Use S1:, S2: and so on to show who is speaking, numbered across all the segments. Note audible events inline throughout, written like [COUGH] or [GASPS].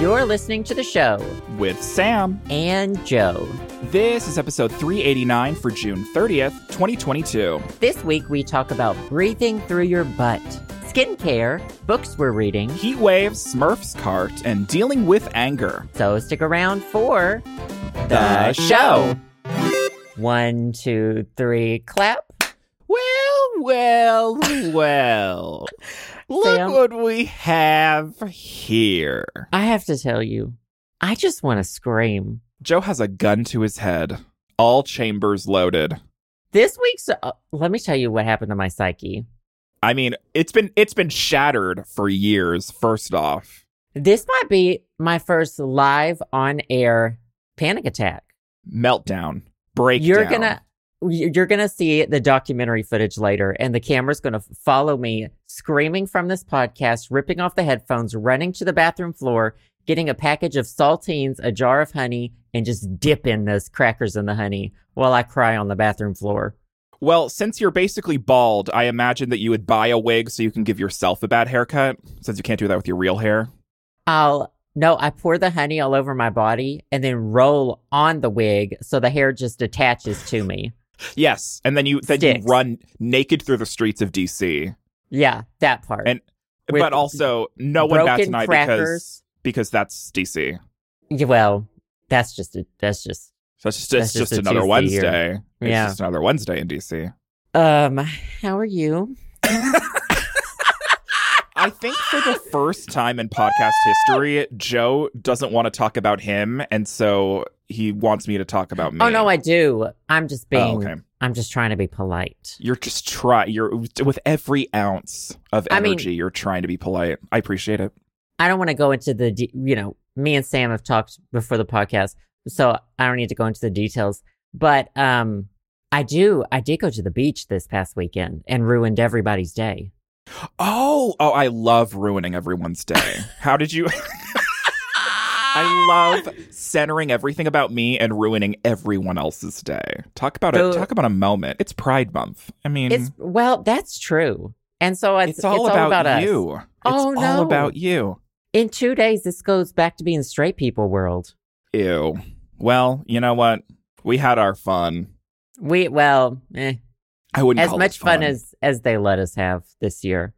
S1: You're listening to the show
S2: with Sam.
S1: and Joe.
S2: This is episode 389 for June 30th, 2022.
S1: This week we talk about breathing through your butt, skincare, books we're reading.
S2: Heat waves, Smurfs cart, and dealing with anger.
S1: So stick around for
S2: The show.
S1: One, two, three, clap.
S2: Well, well,
S1: [LAUGHS]
S2: well. Look
S1: Sam.
S2: what we have here.
S1: I have to tell you, I just want to scream.
S2: Joe has a gun to his head, all chambers loaded.
S1: This week's, uh, let me tell you what happened to my psyche.
S2: I mean, it's been it's been shattered for years. First off,
S1: This might be my first live on air panic attack.
S2: meltdown, breakdown.
S1: you're gonna you're gonna see the documentary footage later and the camera's gonna f- follow me screaming from this podcast ripping off the headphones running to the bathroom floor getting a package of saltines a jar of honey and just dipping those crackers in the honey while i cry on the bathroom floor
S2: Well, since you're basically bald, I imagine that you would buy a wig so you can give yourself a bad haircut, since you can't do that with your real hair.
S1: i'll no i pour the honey all over my body and then roll on the wig so the hair just attaches to me
S2: Yes, and then you then
S1: Sticks.
S2: you run naked through the streets of DC.
S1: yeah that part
S2: And
S1: With
S2: but also, no one bats
S1: broken
S2: an eye because
S1: crackers
S2: because that's DC.
S1: Yeah, well that's just a, that's just
S2: So it's just
S1: That's
S2: it's just,
S1: just a
S2: another
S1: Tuesday here.
S2: Wednesday. It's
S1: Yeah.
S2: just another Wednesday in DC.
S1: Um, how are you?
S2: I think for the first time in podcast history, Joe doesn't want to talk about him, and so he wants me to talk about me.
S1: Oh no, I do. I'm just being.
S2: Oh, okay.
S1: I'm just trying to be polite.
S2: You're just try. You're with every ounce of
S1: I mean-
S2: energy. you're trying to be polite. I appreciate it.
S1: I don't want to go into the. De- you know, me and Sam have talked before the podcast, so I don't need to go into the details. But um, I do. I did go to the beach this past weekend and ruined everybody's
S2: [LAUGHS]
S1: day.
S2: Oh, oh, I love ruining everyone's day. How did you? [LAUGHS]
S1: Ah.
S2: I love centering everything about me and ruining everyone else's day. Talk about it.
S1: So-
S2: Talk about a moment. It's Pride Month. I mean,
S1: It's well, that's true. And so it's,
S2: it's, all, about
S1: us.
S2: you.
S1: Oh,
S2: it's
S1: no.
S2: all about you.
S1: In two days, this goes back to being straight people world.
S2: Ew. Well, you know what? We had our fun.
S1: We well, eh,
S2: I wouldn't
S1: as
S2: call it
S1: much fun as as they let us have this year.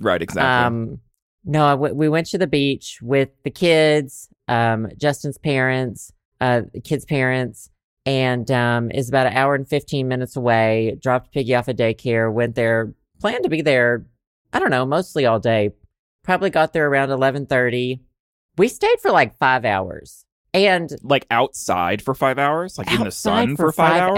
S2: right. Exactly.
S1: Um, no, I w- we went to the beach with the kids, um, Justin's parents, uh, the kids' parents, and um, is about an hour and 15 minutes away. Dropped Piggy off at daycare, went there, planned to be there, I don't know, mostly all day. Probably got there around 11.30. We stayed for like five hours. And
S2: like outside for five hours, like in the
S1: outside
S2: sun for, five,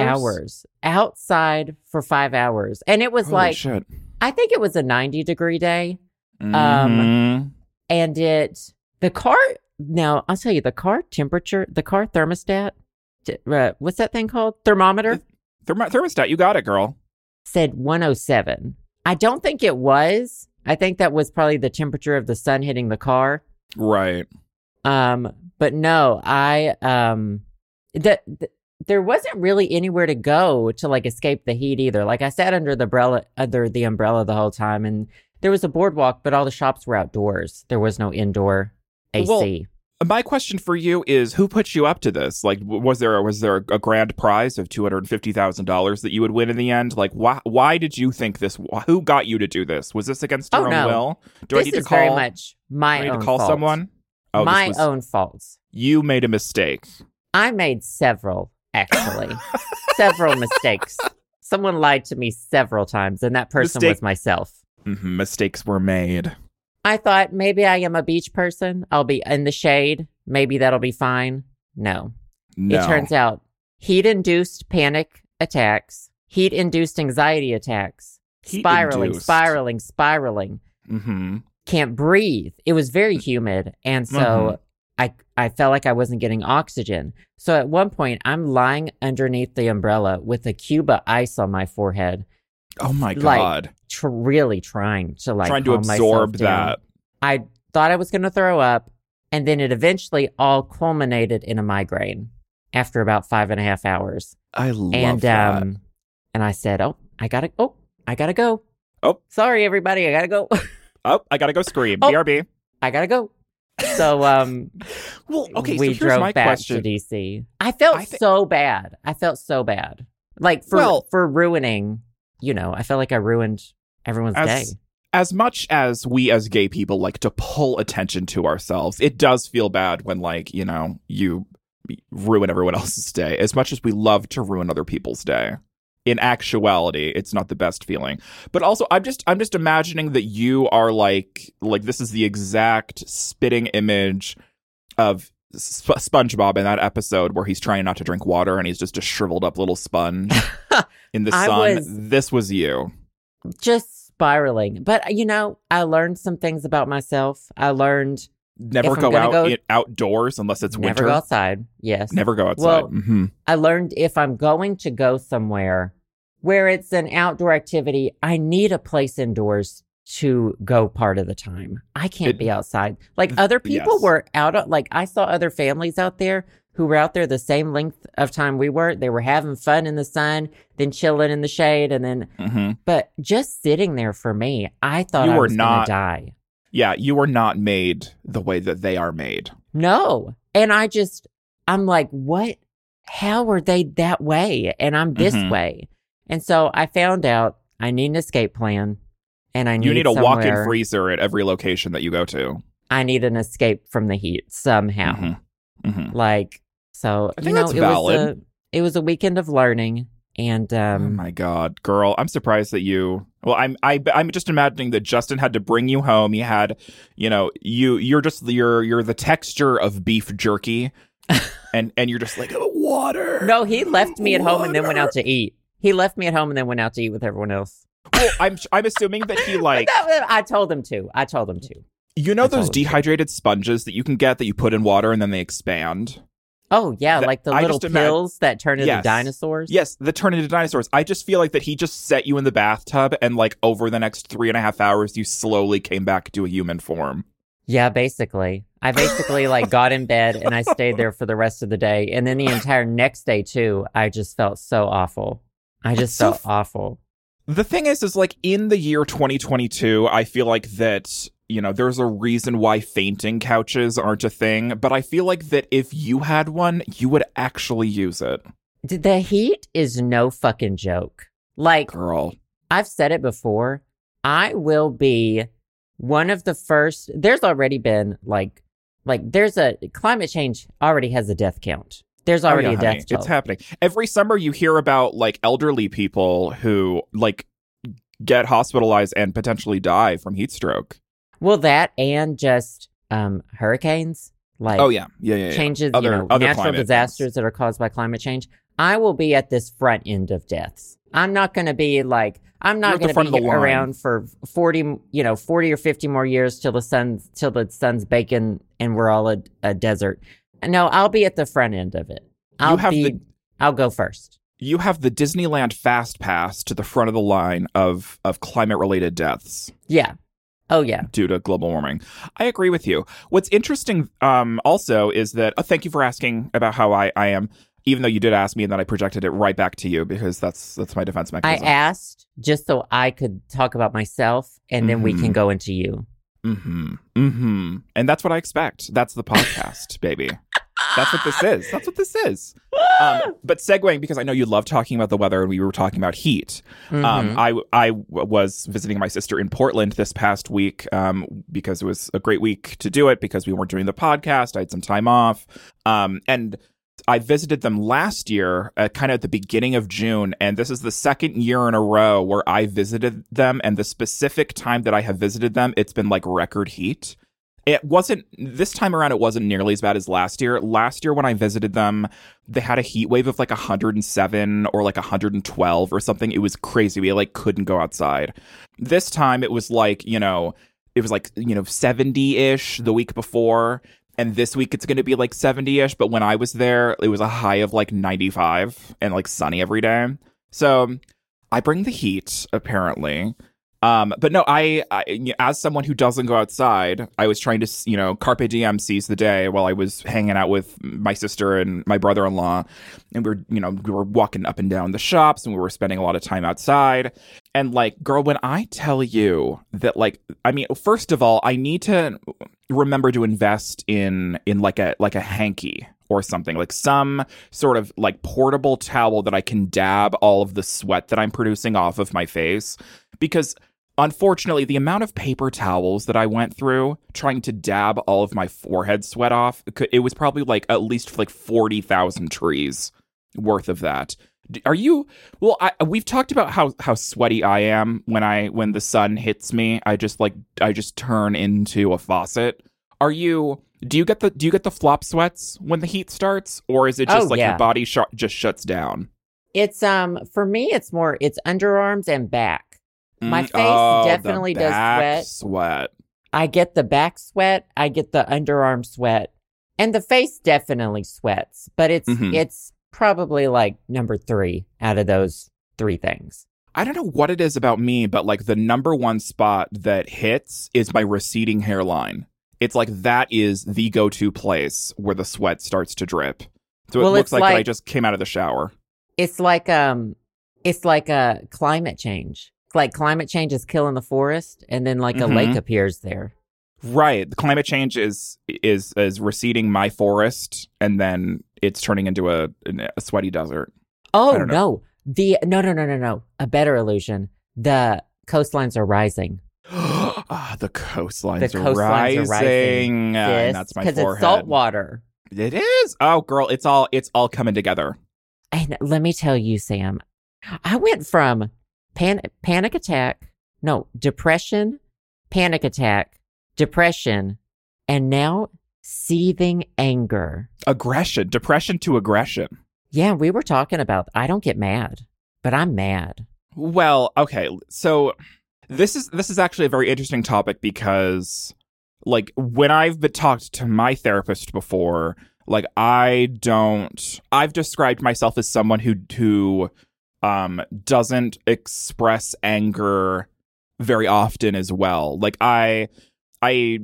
S1: Outside for five hours. And it was
S2: Holy
S1: like,
S2: shit.
S1: I think it was a 90 degree day.
S2: Mhm.
S1: and it the car now i'll tell you the car temperature the car thermostat t- uh, what's that thing called thermometer
S2: Thermo- thermostat, you got it, girl.
S1: said 107 i don't think it was i think that was probably the temperature of the sun hitting the car
S2: Right.
S1: um but no i um the, the there wasn't really anywhere to go to like escape the heat either like i sat under the umbrella under the umbrella the whole time and there was a boardwalk but all the shops were outdoors there was no indoor ac
S2: Well, My question for you is, who put you up to this? Like, w- was there was there a grand prize of two hundred fifty thousand dollars that you would win in the end? Like, why why did you think this? wh- Who got you to do this? Was this against your
S1: Oh,
S2: own
S1: no.
S2: will? Do I
S1: this
S2: need to
S1: is
S2: call?
S1: very much
S2: do
S1: my
S2: I need
S1: own
S2: to call
S1: fault.
S2: someone? Oh, this
S1: my
S2: was-
S1: own faults.
S2: You made a mistake.
S1: I made several,
S2: [LAUGHS]
S1: actually, several mistakes. Someone lied to me several times, and that person was
S2: Mistake-
S1: myself.
S2: Mhm, Mistakes were made.
S1: I thought maybe I am a beach person. I'll be in the shade. Maybe that'll be fine. No.
S2: No.
S1: It turns out heat induced panic attacks, heat induced anxiety attacks, spiraling,
S2: Heat-induced.
S1: spiraling, spiraling.
S2: Mm-hmm.
S1: can't breathe. It was very humid, and so
S2: Mhm.
S1: I I felt like I wasn't getting oxygen. So at one point, I'm lying underneath the umbrella with a Cuba ice on my forehead,
S2: Oh my
S1: Like,
S2: god.
S1: tr- really trying to like
S2: Trying to
S1: calm myself
S2: absorb
S1: down.
S2: that.
S1: I thought I was going to throw up, and then it eventually all culminated in a migraine after about five and a half hours.
S2: I love
S1: and
S2: that.
S1: um, and I said, "Oh, I gotta, oh, I gotta go.
S2: Oh.
S1: sorry, everybody, I gotta go. [LAUGHS]
S2: Oh, I gotta go scream.
S1: Oh.
S2: BRB.
S1: I gotta go." So um.
S2: Well, okay,
S1: we
S2: so here's
S1: drove
S2: my
S1: back
S2: question.
S1: to DC. I felt
S2: I thi-
S1: so bad. I felt so bad. Like for
S2: Well-
S1: for ruining, you know, I felt like I ruined everyone's
S2: As-
S1: day.
S2: as much as we as gay people like to pull attention to ourselves, it does feel bad when like, you know, you ruin everyone [LAUGHS] else's day. As much as we love to ruin other people's day. In actuality, it's not the best feeling. But also I'm just I'm just imagining that you are like like this is the exact spitting image of Sp- SpongeBob in that episode where he's trying not to drink water and he's just a shriveled up little
S1: [LAUGHS]
S2: sponge in the
S1: I
S2: sun.
S1: was-
S2: This was you.
S1: Just spiraling. But uh, you know, I learned some things about myself. I learned
S2: Never
S1: If I'm
S2: go
S1: gonna
S2: out
S1: go-
S2: in, outdoors unless it's
S1: never
S2: winter.
S1: go outside. Yes.
S2: Never go outside.
S1: Well-
S2: hmm
S1: I learned if I'm going to go somewhere where it's an outdoor activity, I need a place indoors to go part of the time. I can't
S2: It- Mm,
S1: be outside. Like other people
S2: yes.
S1: were out, like I saw other families out there who were out there the same length of time we were. They were having fun in the sun, then chilling in the shade, and then,
S2: hmm
S1: but just sitting there for me, I thought
S2: You
S1: I
S2: were
S1: was going
S2: not-
S1: to die.
S2: Yeah, you were not made the way that they are made.
S1: No. And I just, I'm like, what? How are they that way? And I'm this
S2: Mhm.
S1: way. And so I found out I need an escape plan and I need,
S2: you need a walk-in
S1: somewhere-
S2: freezer at every location that you go to.
S1: I need an escape from the heat somehow.
S2: Mhm.
S1: Um,
S2: Mhm.
S1: Like, so,
S2: I
S1: you
S2: think
S1: know,
S2: that's
S1: it was, a,
S2: valid.
S1: it was a weekend of learning. And
S2: oh
S1: um,
S2: my god, girl! I'm surprised that you. Well, I'm I, I'm just imagining that Justin had to bring you home. He had, you know, you you're just you're you're the texture of beef jerky,
S1: [LAUGHS]
S2: and and you're just like "Oh, water.
S1: no, he left me at home and then went
S2: Water."
S1: out to eat. He left me at home and then went out to eat with everyone else.
S2: Well, I'm I'm assuming that
S1: [LAUGHS]
S2: he like
S1: That- I told him to. I told him to.
S2: You know
S1: That's all
S2: those
S1: it is.
S2: dehydrated sponges that you can get that you put in water and then they expand?
S1: Oh, yeah.
S2: That-
S1: like the
S2: I
S1: little
S2: just imag-
S1: pills that turn into
S2: Yes.
S1: dinosaurs.
S2: Yes, that turn into dinosaurs. I just feel like that he just set you in the bathtub and like over the next three and a half hours you slowly came back to a human form.
S1: Yeah, basically. I basically like got in bed and I stayed there for the rest of the day. And then the entire next day too, I just felt so awful. I just
S2: So
S1: felt
S2: f-
S1: awful.
S2: The thing is, is like in the year 2022, I feel like that, you know, there's a reason why fainting couches aren't a thing, but I feel like that if you had one, you would actually use it.
S1: D- The heat is no fucking joke. Like
S2: Girl.
S1: I've said it before, I will be one of the first there's already been like like there's a climate change already has a death count. There's already
S2: Oh, yeah,
S1: a death
S2: honey.
S1: toll.
S2: It's happening every summer. You hear about like elderly people who like get hospitalized and potentially die from heat stroke.
S1: well that and just um hurricanes like
S2: oh yeah, yeah, yeah. yeah.
S1: changes,
S2: Other-
S1: you know,
S2: other
S1: natural
S2: climate
S1: disasters
S2: events.
S1: that are caused by climate change, I will be at this front end of deaths. I'm not going to be like I'm
S2: You're
S1: not
S2: at the
S1: going
S2: front of
S1: to be
S2: the line.
S1: around for 40, you know, 40 or 50 more years till the sun's till the sun's baking and we're all a, a desert. No, I'll be at the front end of it. I'll
S2: have
S1: be
S2: the-
S1: I'll go first.
S2: You have the Disneyland Fast Pass to the front of the line of of climate related deaths.
S1: Yeah. Oh yeah.
S2: due to global warming. I agree with you. What's interesting um, also is that, uh, thank you for asking about how I, I am, even though you did ask me and then I projected it right back to you because that's that's my defense
S1: I
S2: mechanism.
S1: asked just so I could talk about myself and then we
S2: Mhm.
S1: can go into you.
S2: mm-hmm. Mm-hmm. And that's what I expect. That's the podcast, baby. That's what this is. That's what this is. Um, but segueing, because I know you love talking about the weather and we were talking about heat.
S1: Mhm.
S2: Um, I I w- was visiting my sister in Portland this past week um, because it was a great week to do it because we weren't doing the podcast. I had some time off, um, and I visited them last year, uh, kind of at the beginning of June. And this is the second year in a row where I visited them, and the specific time that I have visited them, it's been like record heat. It wasn't this time around. It wasn't nearly as bad as last year. Last year when I visited them, they had a heat wave of like 107 or like 112 or something. It was crazy. We like couldn't go outside. This time it was like, you know, it was like, you know, 70 ish the week before. And this week it's going to be like 70 ish. But when I was there, it was a high of like 95 and like sunny every day. So I bring the heat, apparently. Um, but no, I, I as someone who doesn't go outside, I was trying to you know carpe diem seize the day while I was hanging out with my sister and my brother in law, and we were you know we were walking up and down the shops and we were spending a lot of time outside. And like, girl, when I tell you that, like, I mean, first of all, I need to remember to invest in in like a like a hanky or something like some sort of like portable towel that I can dab all of the sweat that I'm producing off of my face because unfortunately the amount of paper towels that I went through trying to dab all of my forehead sweat off it was probably like at least like 40,000 trees worth of that are you well I, we've talked about how how sweaty i am when i when the sun hits me i just like i just turn into a faucet are you do you get the do you get the flop sweats when the heat starts or is it just
S1: Oh,
S2: like
S1: yeah.
S2: your body sh- just shuts down
S1: It's um for me it's more it's underarms and back. My face
S2: Mm, oh, the
S1: definitely does
S2: back
S1: sweat.
S2: sweat
S1: I get the back sweat, I get the underarm sweat, and the face definitely sweats, but it's
S2: Mhm.
S1: it's probably like number 3 out of those three things.
S2: I don't know what it is about me, but like the number one spot that hits is my receding hairline. It's like that is the go to place where the sweat starts to drip. So
S1: Well,
S2: it looks
S1: it's
S2: like, that I
S1: like-
S2: just came out of the shower.
S1: It's like um it's like a climate change. It's like climate change is killing the forest and then like a
S2: Mm-hmm.
S1: lake appears there.
S2: Right. The climate change is is is receding my forest and then it's turning into a, a sweaty desert. [GASPS]
S1: Oh
S2: don't
S1: no. The no no no no no. A better illusion. The coastlines are rising.
S2: ah, the coastlines,
S1: The
S2: are,
S1: coastlines
S2: rising.
S1: are rising.
S2: Ah,
S1: Yes,
S2: and that's my
S1: 'cause
S2: forehead.
S1: it's salt water.
S2: It is. Oh girl, it's all it's all coming together.
S1: And let me tell you, Sam, I went from pan- panic attack, no, depression, panic attack, depression, and now seething anger.
S2: Aggression, depression to aggression.
S1: Yeah, we were talking about I don't get mad, but I'm mad.
S2: Well, okay. So this is this is actually a very interesting topic because like when I've been talked to my therapist before, like I don't I've described myself as someone who who um doesn't express anger very often as well. Like I I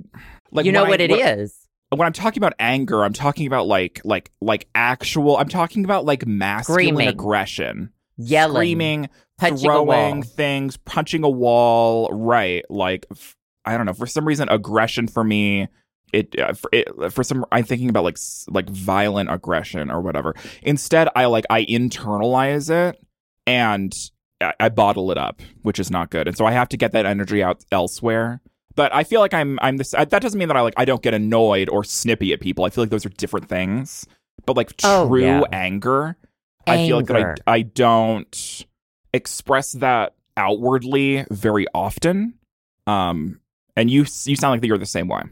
S2: like
S1: you know
S2: when I-
S1: what it is?
S2: when- when I'm talking about anger, I'm talking about like like like actual I'm talking about like masculine
S1: Screaming.
S2: aggression.
S1: Yelling,
S2: Screaming
S1: punching a
S2: throwing
S1: wall.
S2: things, punching a wall, right? Like f- I don't know, for some reason aggression for me it, uh, for, it for some I'm thinking about like s- like violent aggression or whatever. Instead, I like I internalize it and I, I bottle it up, which is not good. And so I have to get that energy out elsewhere. But I feel like I'm I'm this I, that doesn't mean that I like I don't get annoyed or snippy at people. I feel like those are different things. But like true
S1: Oh, yeah.
S2: anger, I feel like
S1: Anger.
S2: that I, I don't express that outwardly very often. Um, and you you sound like that you're the same way.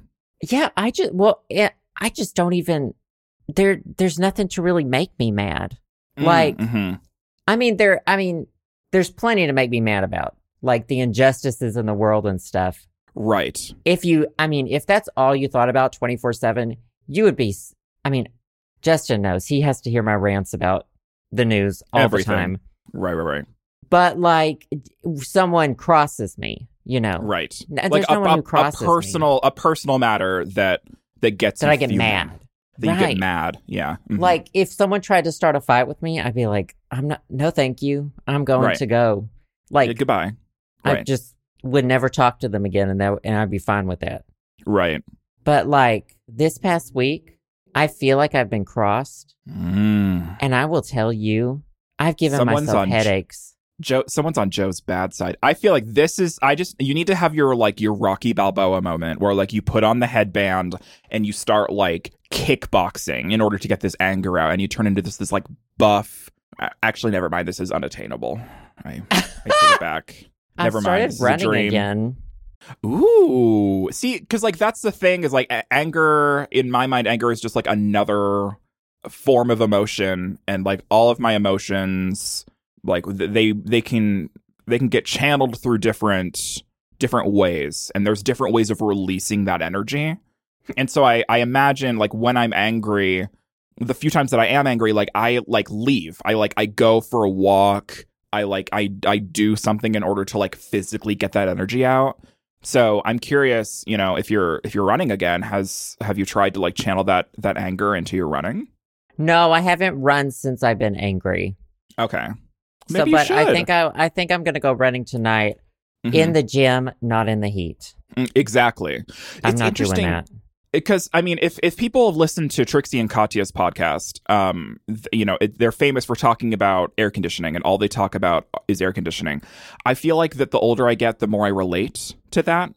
S1: Yeah, I just well, yeah, I just don't even there. There's nothing to really make me mad. Like-
S2: mhm.
S1: I mean, there. I mean, there's plenty to make me mad about, like the injustices in the world and stuff.
S2: right,
S1: If you, I mean, if that's all you thought about 24 seven, you would be. s- I mean, Justin knows he has to hear my rants about the news all
S2: Everything.
S1: the time.
S2: right, right, right,
S1: But like, d- someone crosses me, you know,
S2: right.
S1: N- Oh. there's
S2: like
S1: no one
S2: a,
S1: who
S2: a, a
S1: crosses me.
S2: personal a personal matter that that gets
S1: that
S2: you
S1: I get
S2: fuming,
S1: mad.
S2: That you
S1: Right.
S2: get mad. Yeah. Mhm.
S1: Like if someone tried to start a fight with me, I'd be like, I'm not no thank you. I'm going
S2: Right.
S1: to go.
S2: Yeah,
S1: Like
S2: goodbye.
S1: I
S2: Right.
S1: just would never talk to them again and that and I'd be fine with that.
S2: right.
S1: But like this past week, I feel like I've been crossed
S2: Mm.
S1: and I will tell you, I've given
S2: Someone's
S1: myself
S2: on j-
S1: headaches.
S2: Joe, someone's on Joe's bad side. I feel like this is. I just you need to have your like your Rocky Balboa moment where like you put on the headband and you start like kickboxing in order to get this anger out, and you turn into this this like buff. a- Actually, never mind. This is unattainable. I, I take it back. Never
S1: I've
S2: mind.
S1: started
S2: This is a
S1: running
S2: dream.
S1: again.
S2: Ooh, see, because like that's the thing is like a- anger in my mind, anger is just like another form of emotion, and like all of my emotions, like th- they they can they can get channeled through different different ways, and there's different ways of releasing that energy, and so I I imagine like when I'm angry, the few times that I am angry, like I like leave, I like I go for a walk. I like I I do something in order to like physically get that energy out. So I'm curious, you know, if you're if you're running again, has have you tried to like channel that that anger into your running?
S1: No, I haven't run since I've been angry.
S2: Okay.
S1: So,
S2: Maybe you
S1: but I
S2: should.
S1: think I, I think I'm gonna go running tonight
S2: Mhm.
S1: in the gym, not in the heat.
S2: Mm, exactly.
S1: I'm
S2: it's
S1: not
S2: interesting
S1: doing that.
S2: because I mean, if if people have listened to Trixie and Katya's podcast, um, th- you know, it, they're famous for talking about air conditioning, and all they talk about is air conditioning. I feel like that the older I get, the more I relate to that,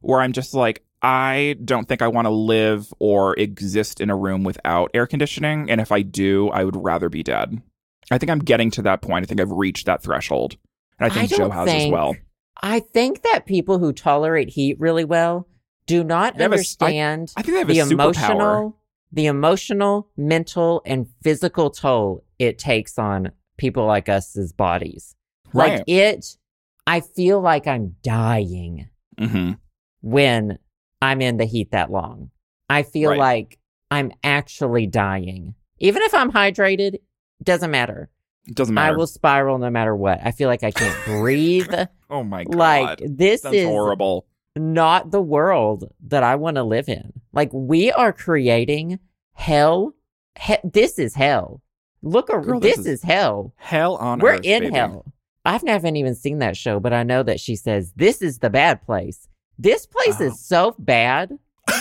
S2: where I'm just like, I don't think I want to live or exist in a room without air conditioning, and if I do, I would rather be dead. I think I'm getting to that point. I think I've reached that threshold, and I think
S1: don't
S2: Joe has as
S1: think-
S2: well.
S1: I think that people who tolerate heat really well do not
S2: They have a s- I-
S1: understand
S2: I think they have
S1: the
S2: a superpower.
S1: emotional, the emotional, mental, and physical toll it takes on people like us's bodies.
S2: Right.
S1: Like it, I feel like I'm dying
S2: hmm
S1: when I'm in the heat that long. I feel
S2: Right.
S1: like I'm actually dying. Even if I'm hydrated, doesn't matter.
S2: It doesn't
S1: I
S2: matter.
S1: will spiral no matter what. I feel like I
S2: [LAUGHS]
S1: can't breathe.
S2: oh my god.
S1: like this
S2: Sounds
S1: is
S2: horrible.
S1: not the world that I want to live in. Like we are creating hell. He- this is hell. Look, ar-
S2: Girl,
S1: this, is,
S2: this is-
S1: hell.
S2: Hell on
S1: We're
S2: earth.
S1: in
S2: baby.
S1: hell. I've never even seen that show, but I know that she says this is the bad place. This place
S2: Oh.
S1: is so bad.
S2: [LAUGHS]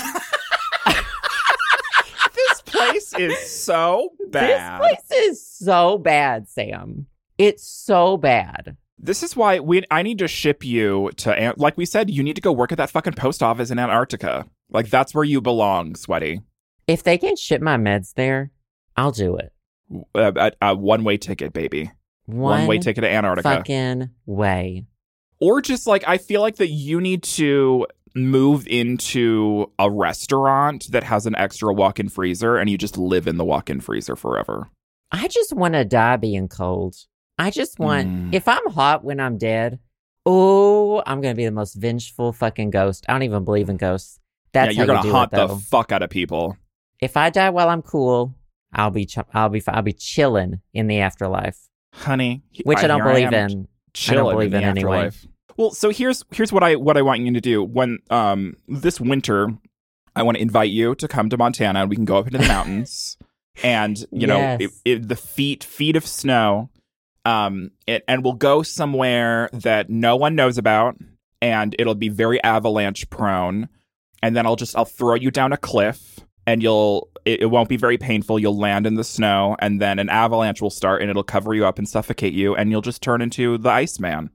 S2: This place is so
S1: [LAUGHS]
S2: bad.
S1: This place is so bad, Sam. It's so bad.
S2: This is why we. I need to ship you to. An- Like we said, you need to go work at that fucking post office in Antarctica. Like that's where you belong, sweaty.
S1: If they can ship my meds there, I'll do it.
S2: Uh, a, a one-way ticket, baby.
S1: One,
S2: One-way ticket to Antarctica.
S1: fucking way.
S2: or just like I feel like that you need to move into a restaurant that has an extra walk-in freezer, and you just live in the walk-in freezer forever.
S1: I just want to die being cold. I just want,
S2: Mm.
S1: if I'm hot when I'm dead, oh, I'm going to be the most vengeful fucking ghost. I don't even believe in ghosts. That's
S2: yeah, you're
S1: how you
S2: gonna
S1: do
S2: haunt
S1: it, though.
S2: the fuck out of people.
S1: if I die while I'm cool, I'll be, ch- I'll be, fi- I'll be chilling in the afterlife,
S2: honey. he-
S1: which I, don't
S2: here
S1: believe
S2: am
S1: in.
S2: Chilling
S1: believe
S2: in,
S1: in
S2: the
S1: any way.
S2: afterlife. Well, so here's here's what I what I want you to do when um this winter, I want to invite you to come to Montana and we can go up into the mountains, and you
S1: Yes.
S2: know it, it, the feet feet of snow, um it, and we'll go somewhere that no one knows about and it'll be very avalanche prone, and then I'll just I'll throw you down a cliff and you'll it, it won't be very painful you'll land in the snow and then an avalanche will start and it'll cover you up and suffocate you and you'll just turn into the iceman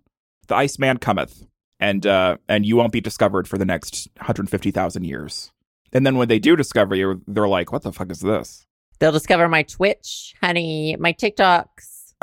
S2: the iceman cometh and uh and you won't be discovered for the next 150000 years and then when they do discover you they're like what the fuck is this
S1: They'll discover my Twitch, honey, my TikToks.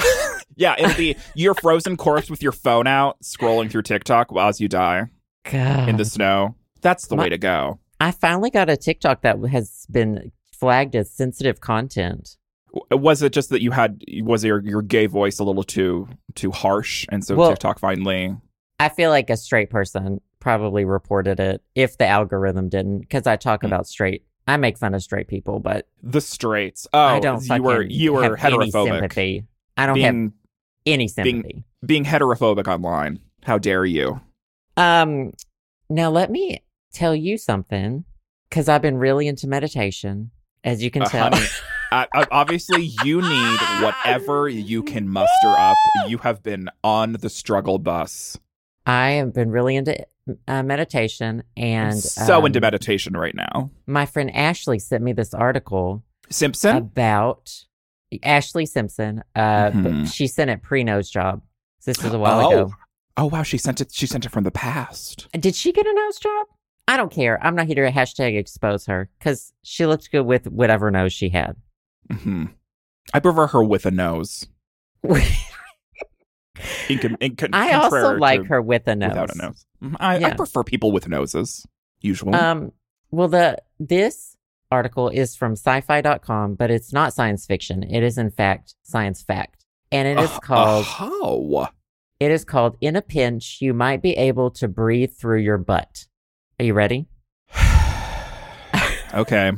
S2: yeah it'll [LAUGHS] be your frozen corpse with your phone out scrolling through tiktok as you die
S1: God.
S2: in the snow that's the
S1: My-
S2: way to go
S1: I finally got a TikTok that has been flagged as sensitive content.
S2: W- was it just that you had was your your gay voice a little too too harsh and so
S1: Well-
S2: tiktok finally
S1: I feel like a straight person probably reported it if the algorithm didn't, because I talk
S2: Hmm.
S1: about straight. I make fun of straight people, but
S2: The straights. Oh,
S1: I don't.
S2: you were
S1: fucking
S2: you were
S1: have any
S2: heterophobic.
S1: sympathy. I don't have
S2: Being
S1: any sympathy.
S2: being heterophobic online. How dare you?
S1: Um, now let me tell you something, because I've been really into meditation, as you can
S2: Uh,
S1: tell.
S2: honey, I, I- obviously, you need whatever you can muster up. You have been on the struggle bus.
S1: I have been really into uh, meditation,
S2: I'm
S1: and
S2: so
S1: um,
S2: into meditation right now.
S1: My friend Ashley sent me this article
S2: Simpson.
S1: about Ashley Simpson. Uh, but
S2: Mhm.
S1: she sent it pre nose job. So this was a while
S2: Oh.
S1: ago.
S2: oh wow, she sent it. She sent it from the past.
S1: Did she get a nose job? I don't care. I'm not here to hashtag expose her because she looked good with whatever nose she had.
S2: hmm I prefer her with a nose. In, con- in con-
S1: I also
S2: contrary
S1: like
S2: to
S1: her with a nose.
S2: without a nose. Mhm. I, I
S1: Yeah.
S2: prefer people with noses. Usually.
S1: Um, well, the this article is from sci-fi.com, but it's not science fiction. It is in fact science fact, and
S2: [LAUGHS]
S1: it is
S2: Uh,
S1: called
S2: How?
S1: It is called In a Pinch, You Might Be Able to Breathe Through Your Butt. Are you ready?
S2: Okay.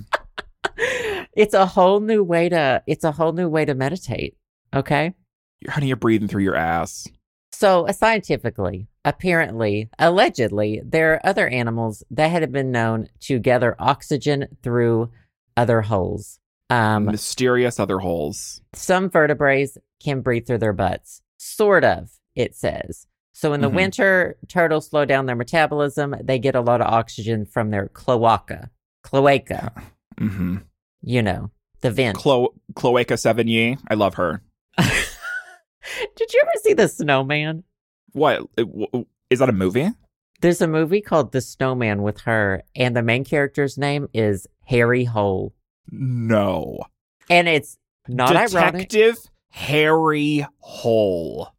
S1: it's a whole new way to it's a whole new way to meditate. Okay.
S2: You're, honey, you're breathing through your ass.
S1: So, uh, scientifically, apparently, allegedly, there are other animals that had been known to gather oxygen through other holes. Um,
S2: Mm. Mysterious other holes.
S1: some vertebrates can breathe through their butts. Sort of, it says. So in the
S2: Mhm.
S1: winter, turtles slow down their metabolism. They get a lot of oxygen from their cloaca, cloaca,
S2: Mm-hmm.
S1: you know, the vent.
S2: Clo- Cloaca Seven Yee. I love her.
S1: [LAUGHS] Did you ever see The Snowman?
S2: What it- w- is that a movie?
S1: There's a movie called The Snowman with her, and the main character's name is Harry Hole.
S2: No.
S1: And it's not ironic.
S2: Detective Harry Hole.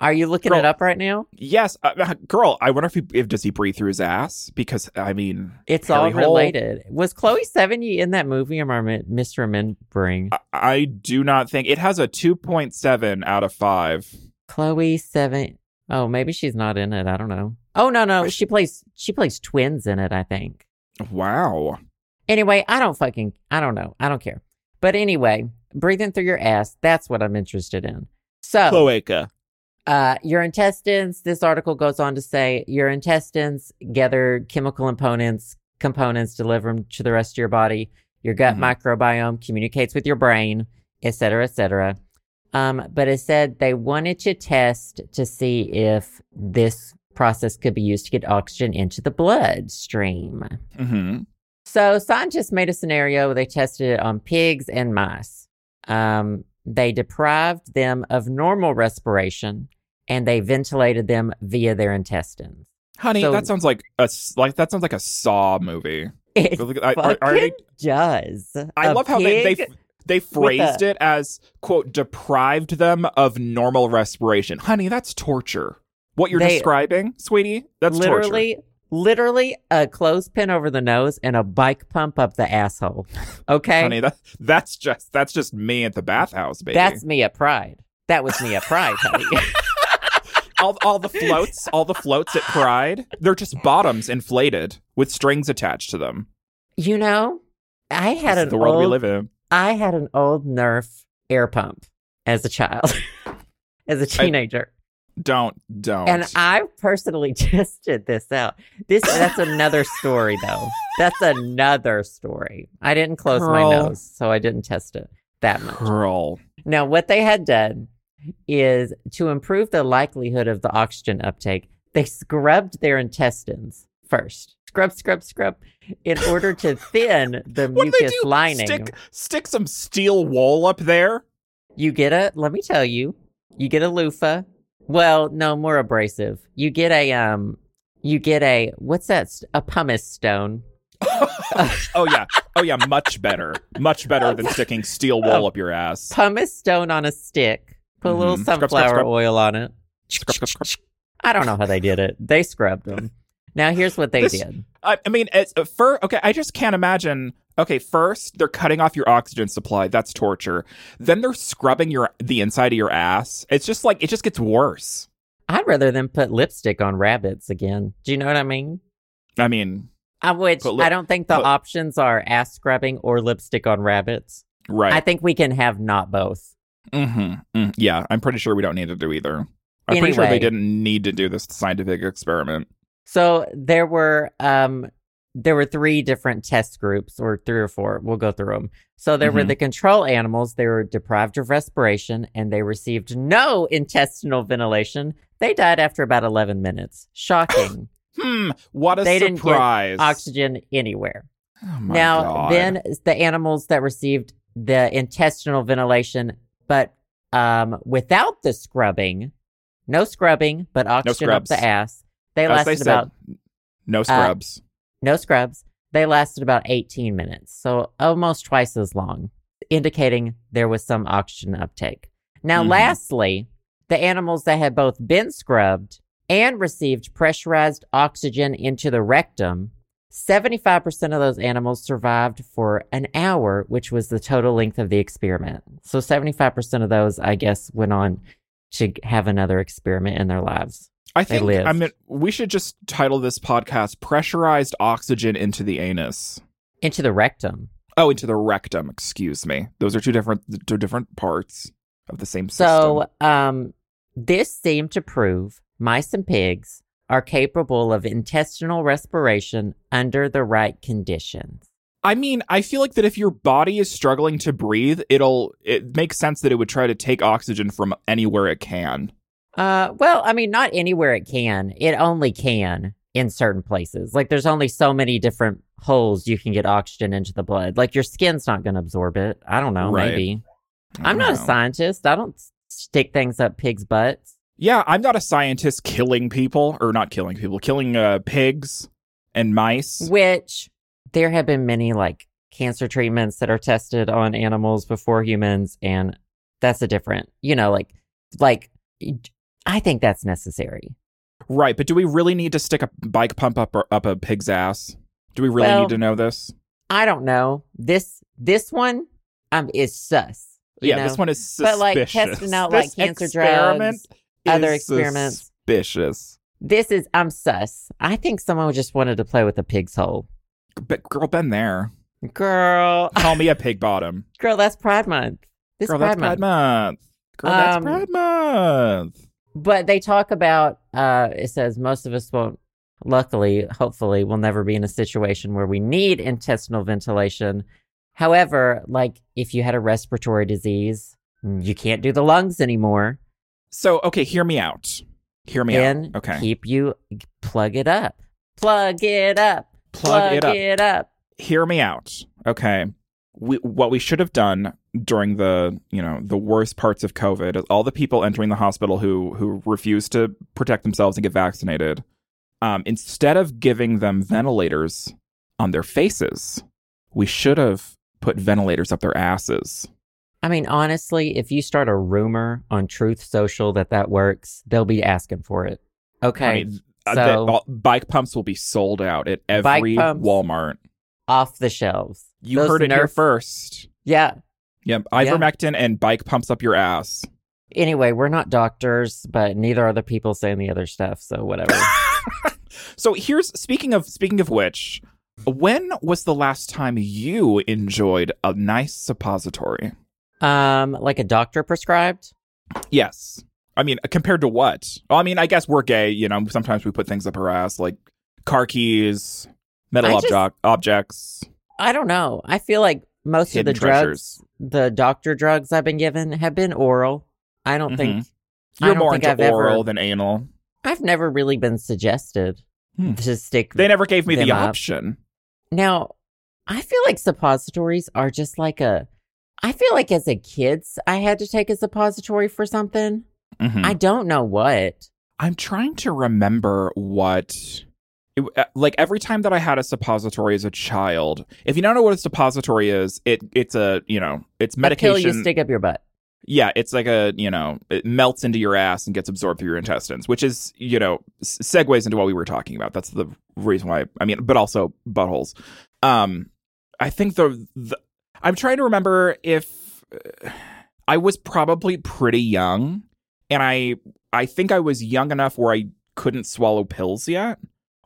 S1: Are you looking it
S2: Girl.
S1: up right now?
S2: Yes, uh, uh, girl. I wonder if he if does he breathe through his ass? Because I mean,
S1: It's
S2: Harry
S1: all
S2: Hole.
S1: related. Was Chloe Sevigny in that movie? Am I mi- misremembering?
S2: I, I do not think it has a two point seven out of five.
S1: Chloe seven oh maybe she's not in it. I don't know. Oh no no, she plays she plays twins in it. I think.
S2: Wow.
S1: Anyway, I don't fucking I don't know. I don't care. But anyway, breathing through your ass. That's what I'm interested in. So.
S2: Cloaca.
S1: Uh, your intestines. This article goes on to say your intestines gather chemical components, components, deliver them to the rest of your body. Your gut
S2: Mhm.
S1: microbiome communicates with your brain, et cetera, et cetera. Um, but it said they wanted to test to see if this process could be used to get oxygen into the bloodstream.
S2: Mm-hmm.
S1: So scientists made a scenario. They tested it on pigs and mice. Um, they deprived them of normal respiration, and they ventilated them via their intestines.
S2: Honey,
S1: So-
S2: that sounds like a s- like that sounds like a Saw movie.
S1: It
S2: I, I- I already-
S1: fucking does.
S2: I
S1: A
S2: love how they
S1: pig-
S2: they f- they phrased it as quote deprived them of normal respiration. Honey, that's torture. What you're
S1: They-
S2: describing, sweetie, that's torture.
S1: literally, literally a clothespin over the nose and a bike pump up the asshole. Okay,
S2: Honey, that that's just that's just me at the bathhouse, baby.
S1: that's me at Pride. That was me at Pride,
S2: [LAUGHS]
S1: honey.
S2: all all the floats, all the floats at Pride, they're just bottoms inflated with strings attached to them.
S1: You know, I had
S2: This is
S1: an
S2: the world we
S1: old
S2: live in.
S1: I had an old Nerf air pump as a child, [LAUGHS] as a teenager,
S2: Don't don't.
S1: and I personally [LAUGHS] tested this out. This that's another story, though. That's another story. I didn't close my
S2: Girl.
S1: nose, so I didn't test it that much.
S2: Girl.
S1: Now, what they had done is to improve the likelihood of the oxygen uptake, they scrubbed their intestines first. Scrub, scrub, scrub, in order to thin the
S2: What do they
S1: mucus
S2: do?
S1: lining.
S2: Stick stick some steel wool up
S1: [LAUGHS]
S2: there.
S1: You get a let me tell you, you get a loofah. Well, no, more abrasive. You get a um you get a what's that st- a pumice stone.
S2: Oh yeah. Oh yeah, much better. Much better than sticking steel
S1: Oh.
S2: wool up your ass.
S1: Pumice stone on a stick. Put a little
S2: Mhm. Scrub,
S1: sunflower
S2: scrub, scrub.
S1: oil on it.
S2: Scrub, scrub, scrub.
S1: I don't know how they did it. They scrubbed them. Now here's what they
S2: This-
S1: did.
S2: I, I mean, it's uh, fir- okay, I just can't imagine. Okay, first they're cutting off your oxygen supply. That's torture. Then they're scrubbing your the inside of your ass. It's just like it just gets worse.
S1: I'd rather them put lipstick on rabbits again. Do you know what I mean?
S2: I mean,
S1: Of which
S2: Put lip-
S1: I don't think the
S2: put-
S1: options are ass scrubbing or lipstick on rabbits. I
S2: right?
S1: think we can have not both.
S2: hmm yeah, I'm pretty sure we don't need to do either. I'm pretty sure
S1: Anyway.
S2: they didn't need to do this scientific experiment.
S1: So there were um there were three different test groups or three or four. We'll go through them. So there were
S2: Mhm.
S1: the control animals, they were deprived of respiration and they received no intestinal ventilation. They died after about 11
S2: [SIGHS]
S1: minutes. Shocking.
S2: Hmm, what a
S1: They didn't get
S2: surprise!
S1: Oxygen anywhere.
S2: Oh my
S1: now
S2: God.
S1: then the animals that received the intestinal ventilation but um without the scrubbing, no scrubbing, but oxygen up
S2: scrubs.
S1: the ass. They
S2: As they
S1: lasted
S2: said,
S1: about uh,
S2: no scrubs.
S1: no scrubs. They lasted about 18 minutes, so almost twice as long, indicating there was some oxygen uptake. Now,
S2: Mhm.
S1: lastly, the animals that had both been scrubbed and received pressurized oxygen into the rectum, 75% of those animals survived for an hour, which was the total length of the experiment. So, 75% of those, I guess, went on to have another experiment in their lives.
S2: I
S1: They
S2: think
S1: lived.
S2: I mean we should just title this podcast "Pressurized Oxygen into the Anus."
S1: Into the rectum.
S2: Oh, into the rectum. Excuse me. Those are two different two different parts. of the same system.
S1: So, um, this seemed to prove mice and pigs are capable of intestinal respiration under the right conditions.
S2: I mean, I feel like that if your body is struggling to breathe, it'll it makes sense that it would try to take oxygen from anywhere it can.
S1: Uh, well, I mean, not anywhere it can. It only can in certain places. Like, there's only so many different holes you can get oxygen into the blood. Like, your skin's not going to absorb it. I don't know.
S2: Right.
S1: Maybe.
S2: I
S1: I'm
S2: don't
S1: not a
S2: know.
S1: scientist. I don't stick things up pigs' butts.
S2: Yeah, I'm not a scientist killing people or not killing people, killing uh, pigs and mice.
S1: Which there have been many like cancer treatments that are tested on animals before humans, and that's a different, you know, like, like I think that's necessary.
S2: Right, but do we really need to stick a bike pump up or up a pig's ass? Do we really
S1: Well-
S2: need to know this?
S1: I don't know this this one um is sus. you
S2: Yeah,
S1: know?
S2: this one is suspicious.
S1: but like testing out
S2: This
S1: like cancer
S2: experiment
S1: drugs, other
S2: is
S1: experiments.
S2: Suspicious.
S1: This is I'm sus. I think someone just wanted to play with a pig's hole,
S2: But girl, been there.
S1: girl. [LAUGHS]
S2: Call me a pig [LAUGHS] bottom.
S1: Girl, that's Pride Month. This
S2: Girl,
S1: Pride Month.
S2: that's Pride Month. Girl, that's
S1: Um,
S2: Pride Month.
S1: But they talk about uh it says most of us won't luckily, hopefully, we'll never be in a situation where we need intestinal ventilation. However, like if you had a respiratory disease, you can't do the lungs anymore.
S2: So, okay, hear me out. Hear me
S1: Then
S2: out. Okay.
S1: keep you plug it up. Plug it up.
S2: Plug it up.
S1: it up.
S2: hear me out. Okay. We, what we should have done during the you know the worst parts of COVID is all the people entering the hospital who who refuse to protect themselves and get vaccinated. Um, instead of giving them ventilators on their faces, we should have put ventilators up their asses.
S1: I mean, honestly, if you start a rumor on Truth Social that that works, they'll be asking for it. Okay.
S2: I mean,
S1: so-
S2: uh, that- all- bike pumps will be sold out at
S1: Bike
S2: every
S1: pumps.
S2: Walmart.
S1: off the shelves.
S2: You
S1: Those
S2: heard it here
S1: Nerf-
S2: first.
S1: Yeah.
S2: Yep,
S1: Yeah.
S2: ivermectin and bike pumps up your ass.
S1: Anyway, we're not doctors, but neither are the people saying the other stuff. So
S2: [LAUGHS]
S1: whatever.
S2: So here's speaking of speaking of which, when was the last time you enjoyed a nice suppository?
S1: um, like a doctor prescribed.
S2: Yes. I mean, compared to what? Well, I mean, I guess we're gay, you know, sometimes we put things up our ass like car keys, metal
S1: I
S2: obje-
S1: just-
S2: objects,
S1: I don't know. I feel like most
S2: hidden
S1: of the
S2: treasures.
S1: drugs, the doctor drugs I've been given, have been oral. I don't
S2: Mm-hmm.
S1: think I
S2: You're
S1: don't
S2: more
S1: think
S2: into
S1: I've ever-
S2: oral than anal.
S1: I've never really been suggested
S2: Hmm.
S1: to stick.
S2: They never gave me
S1: Them
S2: the
S1: up.
S2: option.
S1: Now, I feel like suppositories are just like a. I feel like as a kids, I had to take a suppository for something.
S2: Mhm.
S1: I don't know what.
S2: I'm trying to remember what. it- uh, Like every time that I had a suppository as a child, if you don't know what a suppository is, it it's a you know it's
S1: A pill you
S2: medication.
S1: stick up your butt.
S2: yeah, it's like a you know it melts into your ass and gets absorbed through your intestines, which is you know s- segues into what we were talking about. That's the reason why I mean, but also buttholes. Um, I think the, the I'm trying to remember if uh, I was probably pretty young, and I I think I was young enough where I couldn't swallow pills yet,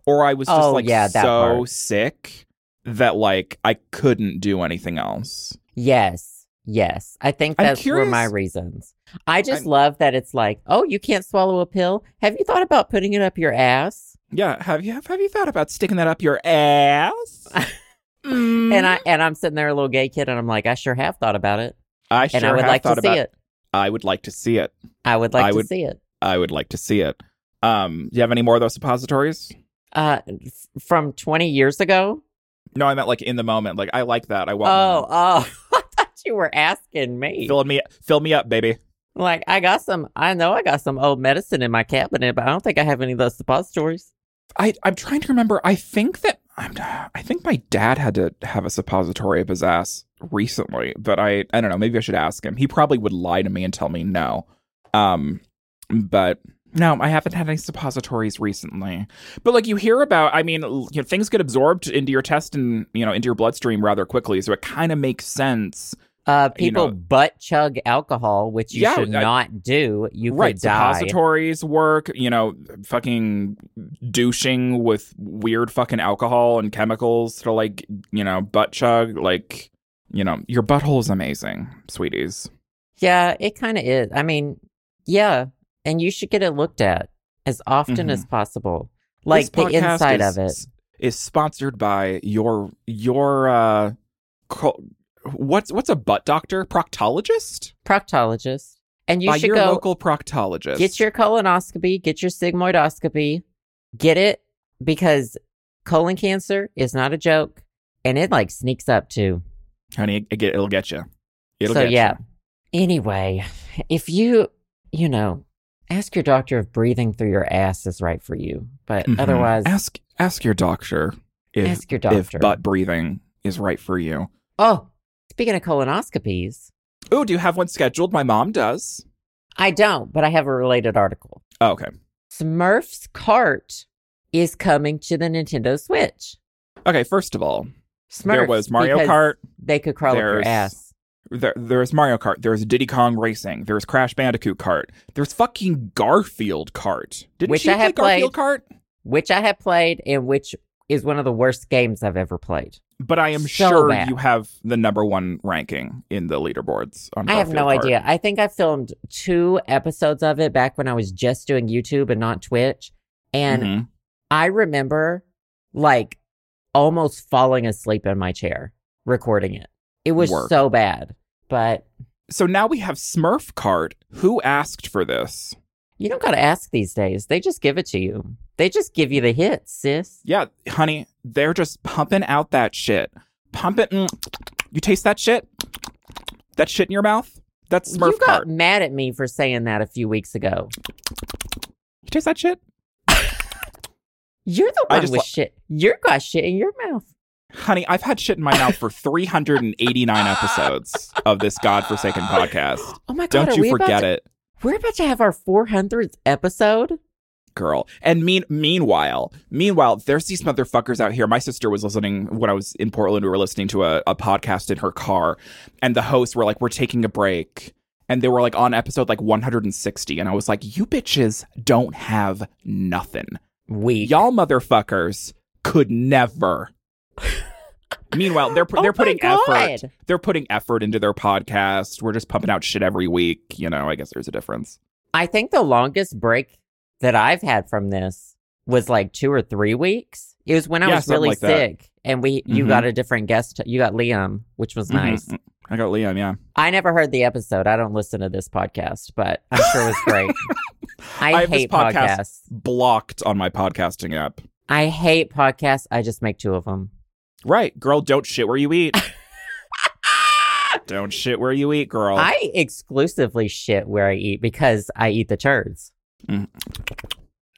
S2: or I was just
S1: Oh,
S2: like
S1: yeah, that
S2: so
S1: part.
S2: sick that like I couldn't do anything else.
S1: Yes. Yes. I think
S2: I'm
S1: that's were my
S2: curious-
S1: reasons. I just
S2: I'm-
S1: love that it's like, oh, you can't swallow a pill. Have you thought about putting it up your ass?
S2: Yeah, have you have, have you thought about sticking that up your ass?
S1: [LAUGHS]
S2: Mm.
S1: And I and I'm sitting there a little gay kid and I'm like, I sure have thought about it.
S2: I sure
S1: And I would
S2: have
S1: like to
S2: thought
S1: see
S2: about,
S1: it.
S2: I would like to see it.
S1: I would like
S2: I
S1: to
S2: would-
S1: see it.
S2: I would like to see it. Um, do you have any more of those suppositories?
S1: Uh f- from 20 years ago?
S2: No, I meant like in the moment. Like I like that. I want.
S1: Oh,
S2: one.
S1: oh. [LAUGHS] I thought you were asking me.
S2: fill me fill me up, baby.
S1: like I got some I know I got some old medicine in my cabinet, but I don't think I have any of those suppositories.
S2: I I'm trying to remember. I think that I'm. I think my dad had to have a suppository up his ass recently, but I I don't know. Maybe I should ask him. He probably would lie to me and tell me no. Um, but no, I haven't had any suppositories recently. But like you hear about, I mean, l- you know, things get absorbed into your test and you know into your bloodstream rather quickly, so it kind of makes sense.
S1: Uh,
S2: You
S1: people
S2: know-
S1: butt chug alcohol, which you
S2: Yeah,
S1: should
S2: I-
S1: not do. You
S2: right,
S1: could die.
S2: suppositories work. You know, fucking douching with weird fucking alcohol and chemicals to like you know butt chug. Like you know, your butthole is amazing, sweeties.
S1: Yeah, it kind of is. I mean, yeah, and you should get it looked at as often
S2: Mhm.
S1: as possible,
S2: This
S1: like the
S2: podcast
S1: inside
S2: is-
S1: of it.
S2: is sponsored by your your uh co- what's what's a butt doctor proctologist
S1: Proctologist, and you
S2: by
S1: should
S2: your
S1: go
S2: local proctologist
S1: get your colonoscopy, get your sigmoidoscopy, get it because colon cancer is not a joke, and it like sneaks up too.
S2: honey it get, it'll get you it'll
S1: so
S2: get
S1: yeah. Anyway, if you you know, ask your doctor if breathing through your ass is right for you, but
S2: you Mhm.
S1: otherwise, ask,
S2: ask ask your doctor if
S1: your doctor.
S2: if butt breathing is right for you
S1: Oh, speaking of colonoscopies,
S2: oh do you have one scheduled my mom does
S1: I don't, but I have a related article.
S2: oh, okay
S1: Smurfs Cart is coming to the Nintendo Switch.
S2: okay first of all
S1: Smurfs.
S2: there was mario
S1: because
S2: kart
S1: They could crawl up your
S2: There's-
S1: ass.
S2: there, there's Mario Kart, there's Diddy Kong Racing, there's Crash Bandicoot Kart, there's fucking Garfield Kart. Didn't
S1: Which
S2: she
S1: I
S2: play
S1: have
S2: Garfield Kart?
S1: which I have played and which is one of the worst games I've ever played.
S2: But I am
S1: So
S2: sure
S1: bad.
S2: you have the number one ranking in the leaderboards. On
S1: I have no
S2: Garfield Kart.
S1: idea. I think I filmed two episodes of it back when I was just doing YouTube and not Twitch. And
S2: Mhm.
S1: I remember like almost falling asleep in my chair recording it. It was
S2: Work.
S1: so bad. But
S2: So now we have Smurf Kart. Who asked for this?
S1: you don't got to ask these days. They just give it to you. They just give you the hits, sis.
S2: Yeah, honey, they're just pumping out that shit. Pump it. And you taste that shit? That shit in your mouth? That's Smurf
S1: you got
S2: Kart.
S1: mad at me for saying that a few weeks ago.
S2: You taste that shit?
S1: You're the
S2: I
S1: one
S2: just
S1: with
S2: li-
S1: shit. You got shit in your mouth.
S2: Honey, I've had shit in my mouth for [LAUGHS] 389 episodes of this godforsaken podcast.
S1: Oh my [GASPS] god!
S2: Don't
S1: are we
S2: you
S1: about
S2: forget
S1: to-
S2: it,
S1: We're about to have our 400th episode.
S2: girl. And mean meanwhile, meanwhile, there's these motherfuckers out here. My sister was listening when I was in Portland. We were listening to a, a podcast in her car, and the hosts were like, "We're taking a break." And they were like on episode like 160, and I was like, "You bitches don't have nothing.
S1: We
S2: Y'all motherfuckers
S1: [LAUGHS]
S2: could never." Meanwhile, they're
S1: Oh
S2: they're
S1: my
S2: putting effort
S1: God.
S2: they're putting effort into their podcast. We're just pumping out shit every week. You know, I guess there's a difference.
S1: I think the longest break that I've had from this was like two or three weeks. It was when I
S2: Yeah,
S1: was
S2: something
S1: really
S2: like that.
S1: sick, and we you
S2: Mhm.
S1: got a different guest. You got Liam, which was nice.
S2: Mhm. I got Liam, yeah.
S1: I never heard the episode. I don't listen to this podcast, but I'm sure it was
S2: [LAUGHS]
S1: great. I,
S2: I have this
S1: hate
S2: podcast.
S1: podcasts.
S2: Blocked on my podcasting app.
S1: I hate podcasts. I just make two of them.
S2: Right, girl, don't shit where
S1: [LAUGHS]
S2: you eat. don't shit where you eat, girl.
S1: I exclusively shit where I eat because I eat the turds.
S2: Mm.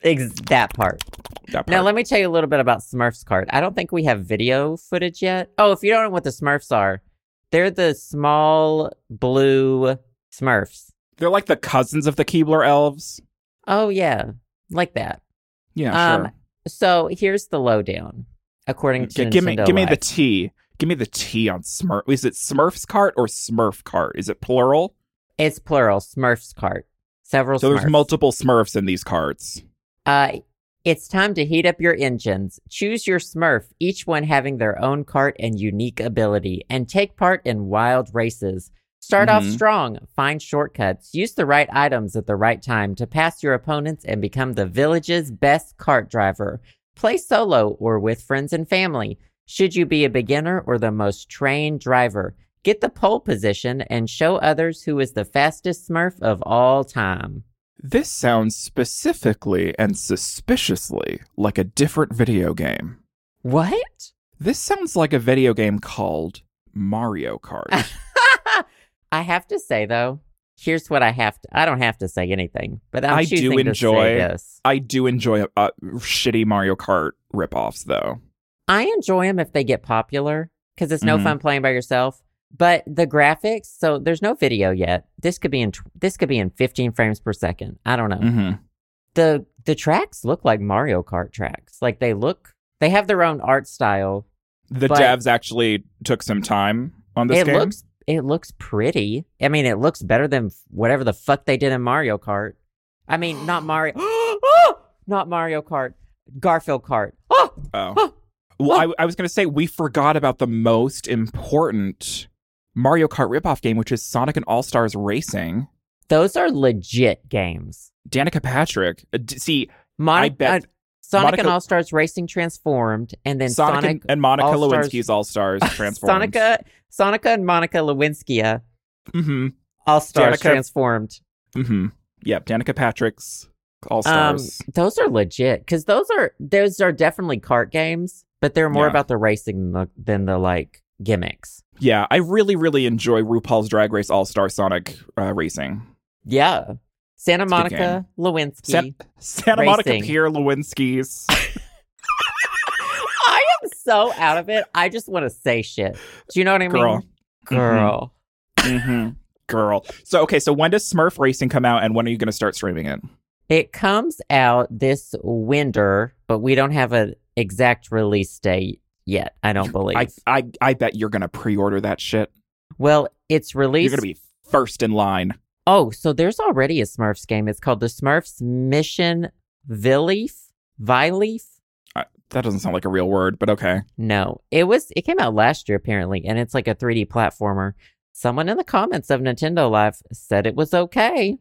S1: Ex- that part.
S2: That
S1: Now
S2: part.
S1: let me tell you a little bit about Smurfs cart. I don't think we have video footage yet. Oh, if you don't know what the Smurfs are, they're the small blue Smurfs.
S2: They're like the cousins of the Keebler elves.
S1: Oh yeah, like that.
S2: Yeah,
S1: Um,
S2: sure.
S1: So here's the lowdown, according to
S2: G- give me
S1: Nintendo
S2: give me the
S1: Life.
S2: tea. Give me the tea on Smurf. Is it Smurf's cart or Smurf cart? Is it plural?
S1: it's plural Smurfs cart. Several.
S2: So
S1: Smurfs.
S2: there's multiple Smurfs in these carts.
S1: Uh, it's time to heat up your engines. Choose your Smurf, each one having their own cart and unique ability, and take part in wild races. Start off
S2: Mhm.
S1: strong, find shortcuts, use the right items at the right time to pass your opponents and become the village's best cart driver. Play solo or with friends and family. Should you be a beginner or the most trained driver, get the pole position and show others who is the fastest Smurf of all time.
S2: This sounds specifically and suspiciously like a different video game.
S1: What?
S2: This sounds like a video game called Mario
S1: [LAUGHS]
S2: Kart.
S1: I have to say though, here's what I have to. I don't have to say anything, but I'm
S2: I do
S1: choosing to say
S2: enjoy-
S1: this.
S2: I do enjoy uh, shitty Mario Kart ripoffs, though.
S1: I enjoy them if they get popular because it's no
S2: Mhm.
S1: fun playing by yourself. But the graphics, so there's no video yet. This could be in tw- this could be in 15 frames per second. I don't know.
S2: Mm-hmm.
S1: the The tracks look like Mario Kart tracks. Like they look, they have their own art style.
S2: The
S1: But-
S2: devs actually took some time on this
S1: it
S2: game.
S1: looks it looks pretty. I mean, it looks better than whatever the fuck they did in Mario Kart. I mean,
S2: [GASPS]
S1: not Mario, [GASPS] not Mario Kart, Garfield Kart. [GASPS] Oh,
S2: oh. Well, I, I was going to say we forgot about the most important Mario Kart ripoff game, which is Sonic and All Stars Racing.
S1: Those are legit games.
S2: Danica Patrick. Uh, d- see,
S1: Mon-
S2: I bet
S1: uh, Sonic
S2: Monica-
S1: and All Stars Racing transformed, and then
S2: Sonic,
S1: Sonic,
S2: and, and Monica
S1: All-Stars-
S2: Lewinsky's
S1: [LAUGHS]
S2: All Stars transformed.
S1: Sonica, Sonica, and Monica Lewinskia
S2: Mm-hmm.
S1: All Stars
S2: Danica-
S1: transformed.
S2: Mm-hmm. Yep. Danica Patrick's All
S1: Um,
S2: Stars.
S1: those are legit because those are those are definitely cart games, but they're more
S2: Yeah.
S1: about the racing than the, than the like gimmicks.
S2: yeah, I really, really enjoy RuPaul's Drag Race All Star Sonic uh, Racing.
S1: Yeah, Santa
S2: It's a good
S1: Monica Lewinsky.
S2: San- Santa Monica
S1: Racing.
S2: Pier Lewinsky's.
S1: [LAUGHS] I am so out of it. I just want to say shit. Do you know what I
S2: Girl. Mm-hmm.
S1: mean? Girl.
S2: Mhm. Girl. So okay, so when does Smurf Racing come out, and when are you going to start streaming it?
S1: It comes out this winter, but we don't have an exact release date yet. I don't believe.
S2: I, I I bet you're going to pre-order that shit.
S1: well, it's
S2: You're
S1: released.
S2: going to be first in line.
S1: Oh, so there's already a Smurfs game. It's called the Smurfs Mission Vileaf. Vileaf?
S2: That doesn't sound like a real word, but okay.
S1: No, it was. It came out last year apparently, and it's like a 3D platformer. Someone in the comments of Nintendo Live said it was okay,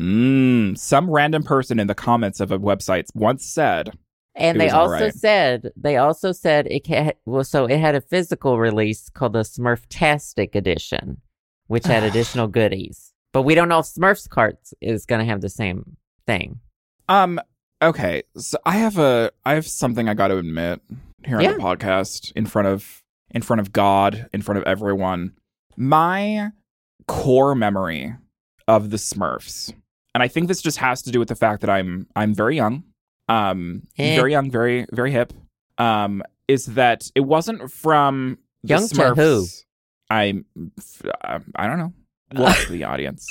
S2: Mm, some random person in the comments of a website once said,
S1: and
S2: It
S1: they
S2: was
S1: also
S2: alright.
S1: said they also said it ca- well. So it had a physical release called the Smurftastic Edition, which
S2: [SIGHS]
S1: had additional goodies. But we don't know if Smurfs Carts is going to have the same thing.
S2: "Um, okay, so I have a I have something I got to admit here on
S1: Yeah.
S2: the podcast in front of in front of God, in front of everyone. My core memory of the Smurfs, and I think this just has to do with the fact that I'm I'm very young, um,
S1: Eh.
S2: very young, very very hip. Um, is that it wasn't from the
S1: Young to
S2: Smurfs.
S1: who?
S2: I'm I I don't know. Look to the audience.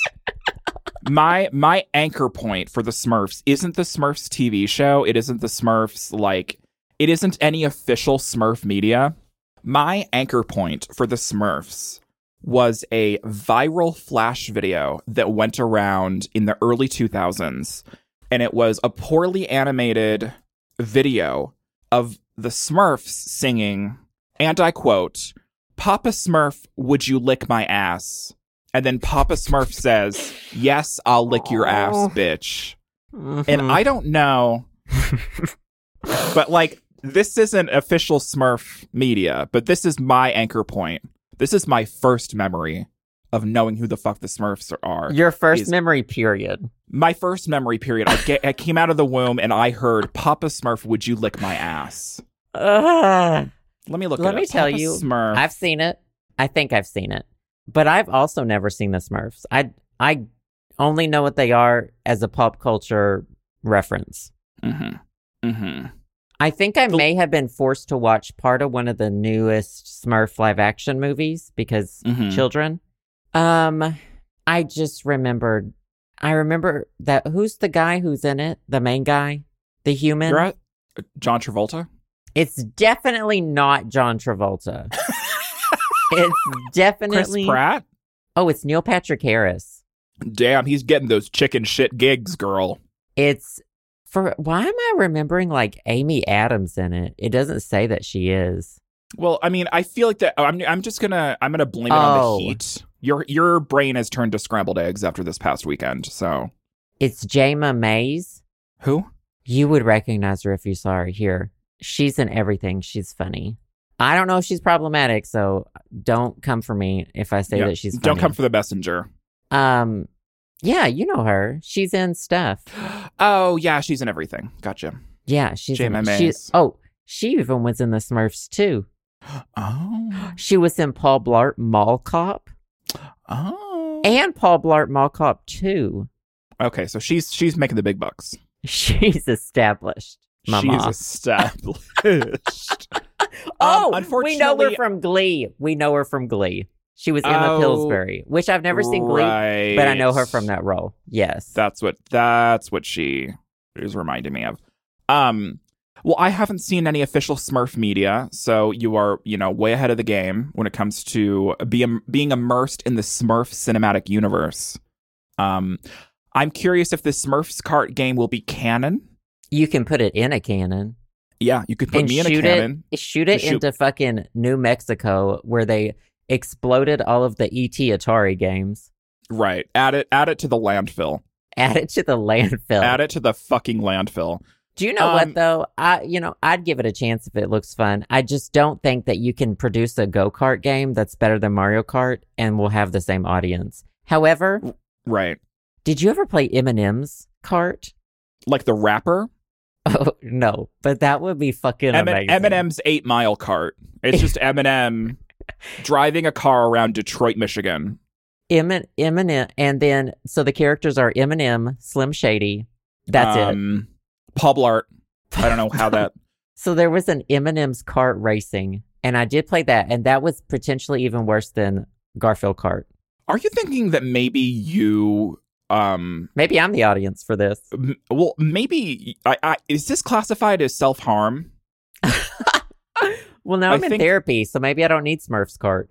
S2: My my anchor point for the Smurfs isn't the Smurfs TV show. It isn't the Smurfs like it isn't any official Smurf media. My anchor point for the Smurfs was a viral flash video that went around in the early 2000s and it was a poorly animated video of the Smurfs singing and I quote Papa Smurf, would you lick my ass? And then Papa Smurf says, Yes, I'll lick your ass,
S1: Aw.
S2: bitch.
S1: Hmm.
S2: And I
S1: [LAUGHS]
S2: don't know, but like, this isn't official Smurf media, but this is my anchor point. This is my first memory of knowing who the fuck the Smurfs are.
S1: your first
S2: is-
S1: memory period. [LAUGHS]
S2: my first memory period, I, get, I came out of the womb and I heard, Papa Smurf, would you lick my ass?
S1: Ugh.
S2: Let me look
S1: Let
S2: it
S1: me
S2: up.
S1: tell
S2: Papa
S1: you,
S2: Smurf.
S1: I've seen it. I think I've seen it, but I've also never seen the Smurfs. I I only know what they are as a pop culture reference.
S2: Mm-hmm. Mm-hmm.
S1: I think I
S2: The-
S1: may have been forced to watch part of one of the newest Smurf live action movies because
S2: Mhm.
S1: children. Um, I just remembered. I remember that who's the guy who's in it? The main guy, the human.
S2: You're at John Travolta?
S1: It's definitely not John Travolta. it's
S2: Chris
S1: definitely
S2: Pratt?
S1: Oh, it's Neil Patrick Harris.
S2: Damn, he's getting those chicken shit gigs, girl.
S1: It's for why am I remembering like Amy Adams in it? It doesn't say that she is.
S2: Well, I mean, I feel like that. oh, I'm, I'm just gonna, I'm gonna blame it
S1: Oh.
S2: on the heat. Your, your brain has turned to scrambled eggs after this past weekend. So,
S1: It's Jama Mays.
S2: who?
S1: You would recognize her if you saw her here. She's in everything. She's funny. I don't know if she's problematic, so don't come for me if I say
S2: Yeah,
S1: that she's funny.
S2: Don't come for the messenger.
S1: um yeah, you know her. She's in stuff.
S2: Oh yeah, she's in everything. Gotcha.
S1: Yeah, she's in
S2: Jama
S1: she-
S2: Mays.
S1: oh, she even was in the Smurfs too.
S2: Oh,
S1: She was in Paul Blart Mall Cop.
S2: oh.
S1: and Paul Blart Mall Cop 2.
S2: Okay, so she's she's making the big bucks.
S1: [LAUGHS] She's established.
S2: She's
S1: Mama.
S2: [LAUGHS] established.
S1: oh, we know
S2: Um, unfortunately-
S1: her from Glee. We know her from Glee. She was Emma
S2: Oh,
S1: Pillsbury, which I've never seen Glee,
S2: Right.
S1: but I know her from that role. Yes.
S2: That's what that's what she is reminding me of. Um well, I haven't seen any official Smurf media, so you are, you know, way ahead of the game when it comes to being being immersed in the Smurf cinematic universe. Um I'm curious if the Smurfs cart game will be canon.
S1: you can put it in a cannon.
S2: Yeah, you could put
S1: And
S2: me in a
S1: shoot it.
S2: cannon.
S1: Shoot it
S2: Just shoot-
S1: into fucking New Mexico where they exploded all of the ET Atari games. [LAUGHS]
S2: Right. Add it add it to the landfill.
S1: Add it to the landfill.
S2: Add it to the fucking landfill.
S1: Do you know
S2: Um,
S1: what though? I you know I'd give it a chance if it looks fun. I just don't think that you can produce a go kart game that's better than Mario Kart and will have the same audience. However,
S2: Right.
S1: did you ever play Eminem's Kart? [LAUGHS]
S2: Like the rapper?
S1: Oh no, but that would be fucking
S2: M-
S1: amazing.
S2: Eminem's eight mile cart.
S1: [LAUGHS]
S2: It's just Eminem driving a car around Detroit, Michigan.
S1: Emin- Eminem, and then so the characters are Eminem, Slim Shady. That's it.
S2: um, it. Publart. I don't know how
S1: [LAUGHS]
S2: that.
S1: So there was an Eminem's Kart Racing, and I did play that, and that was potentially even worse than Garfield Kart.
S2: Are you thinking that maybe you um
S1: Maybe I'm the audience for this.
S2: m- well maybe I, I is this classified as self harm?
S1: Well, now
S2: I
S1: I'm in
S2: think-
S1: therapy, so maybe I don't need Smurf's cart.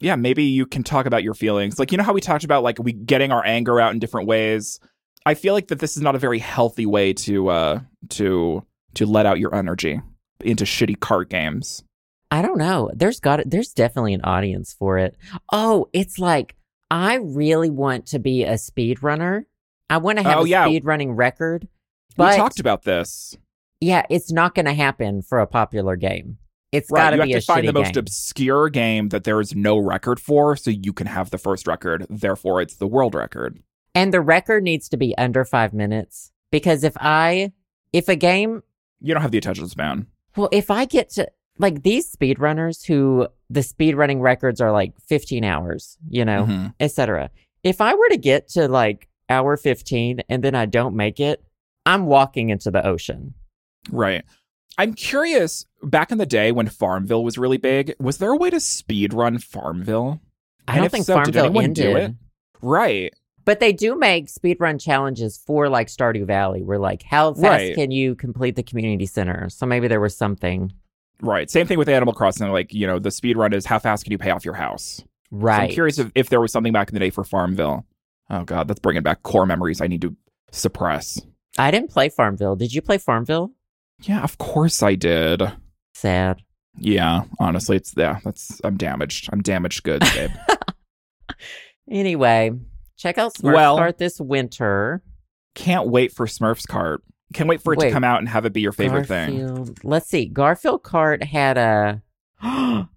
S2: yeah, maybe you can talk about your feelings. Like, you know how we talked about like we getting our anger out in different ways? I feel like that this is not a very healthy way to uh to to let out your energy into shitty card games.
S1: I don't know. There's got there's definitely an audience for it. Oh, it's like I really want to be a speedrunner. I want to have
S2: Oh,
S1: a
S2: yeah.
S1: speedrunning record. But
S2: we talked about this.
S1: yeah, it's not going to happen for a popular game. It's
S2: Right.
S1: got to
S2: You have
S1: be
S2: to
S1: a
S2: find
S1: shitty
S2: the most
S1: game.
S2: obscure game that there is no record for, so you can have the first record. Therefore it's the world record.
S1: and the record needs to be under 5 minutes because if I if a game
S2: You don't have the attention span.
S1: Well, if I get to like these speedrunners who the speedrunning records are like 15 hours, you know,
S2: Mhm.
S1: etc. If I were to get to like hour 15 and then I don't make it, I'm walking into the ocean.
S2: Right. I'm curious, back in the day when Farmville was really big, was there a way to speed run Farmville?
S1: I
S2: And
S1: don't
S2: if
S1: think
S2: so, did
S1: Farmville
S2: anyone
S1: ended.
S2: do it? Right.
S1: But they do make speedrun challenges for like Stardew Valley where like how fast
S2: Right.
S1: can you complete the community center? So maybe there was something.
S2: Right. Same thing with Animal Crossing. Like, you know, the speed run is how fast can you pay off your house? So
S1: Right.
S2: I'm curious if, if there was something back in the day for Farmville. Oh, God, that's bringing back core memories I need to suppress.
S1: I didn't play Farmville. Did you play Farmville?
S2: Yeah, of course I did.
S1: Sad.
S2: Yeah, honestly, it's, yeah, that's, I'm damaged. I'm damaged goods,
S1: [LAUGHS]
S2: babe.
S1: Anyway, check out Smart
S2: Well-
S1: Start this winter.
S2: Can't wait for Smurf's cart. Can't wait for it
S1: Wait.
S2: to come out and have it be your favorite thing.
S1: Garfield. Let's see. Garfield Cart had a.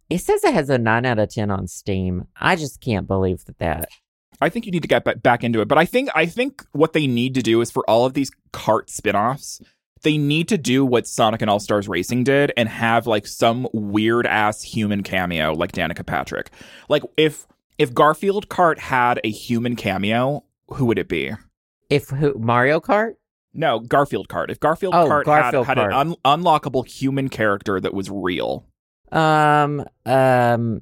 S1: it says it has a nine out of ten on Steam. I just can't believe that that.
S2: [GASPS] I think you need to get ba- back into it. But I think I think what they need to do is for all of these cart spin-offs, they need to do what Sonic and All-Stars Racing did and have like some weird ass human cameo like Danica Patrick. Like if if Garfield Kart had a human cameo, who would it be?
S1: If who Mario Kart?
S2: No, Garfield Kart. If Garfield
S1: Oh,
S2: Kart
S1: Garfield
S2: had, had an un- unlockable human character that was real.
S1: Um. Um.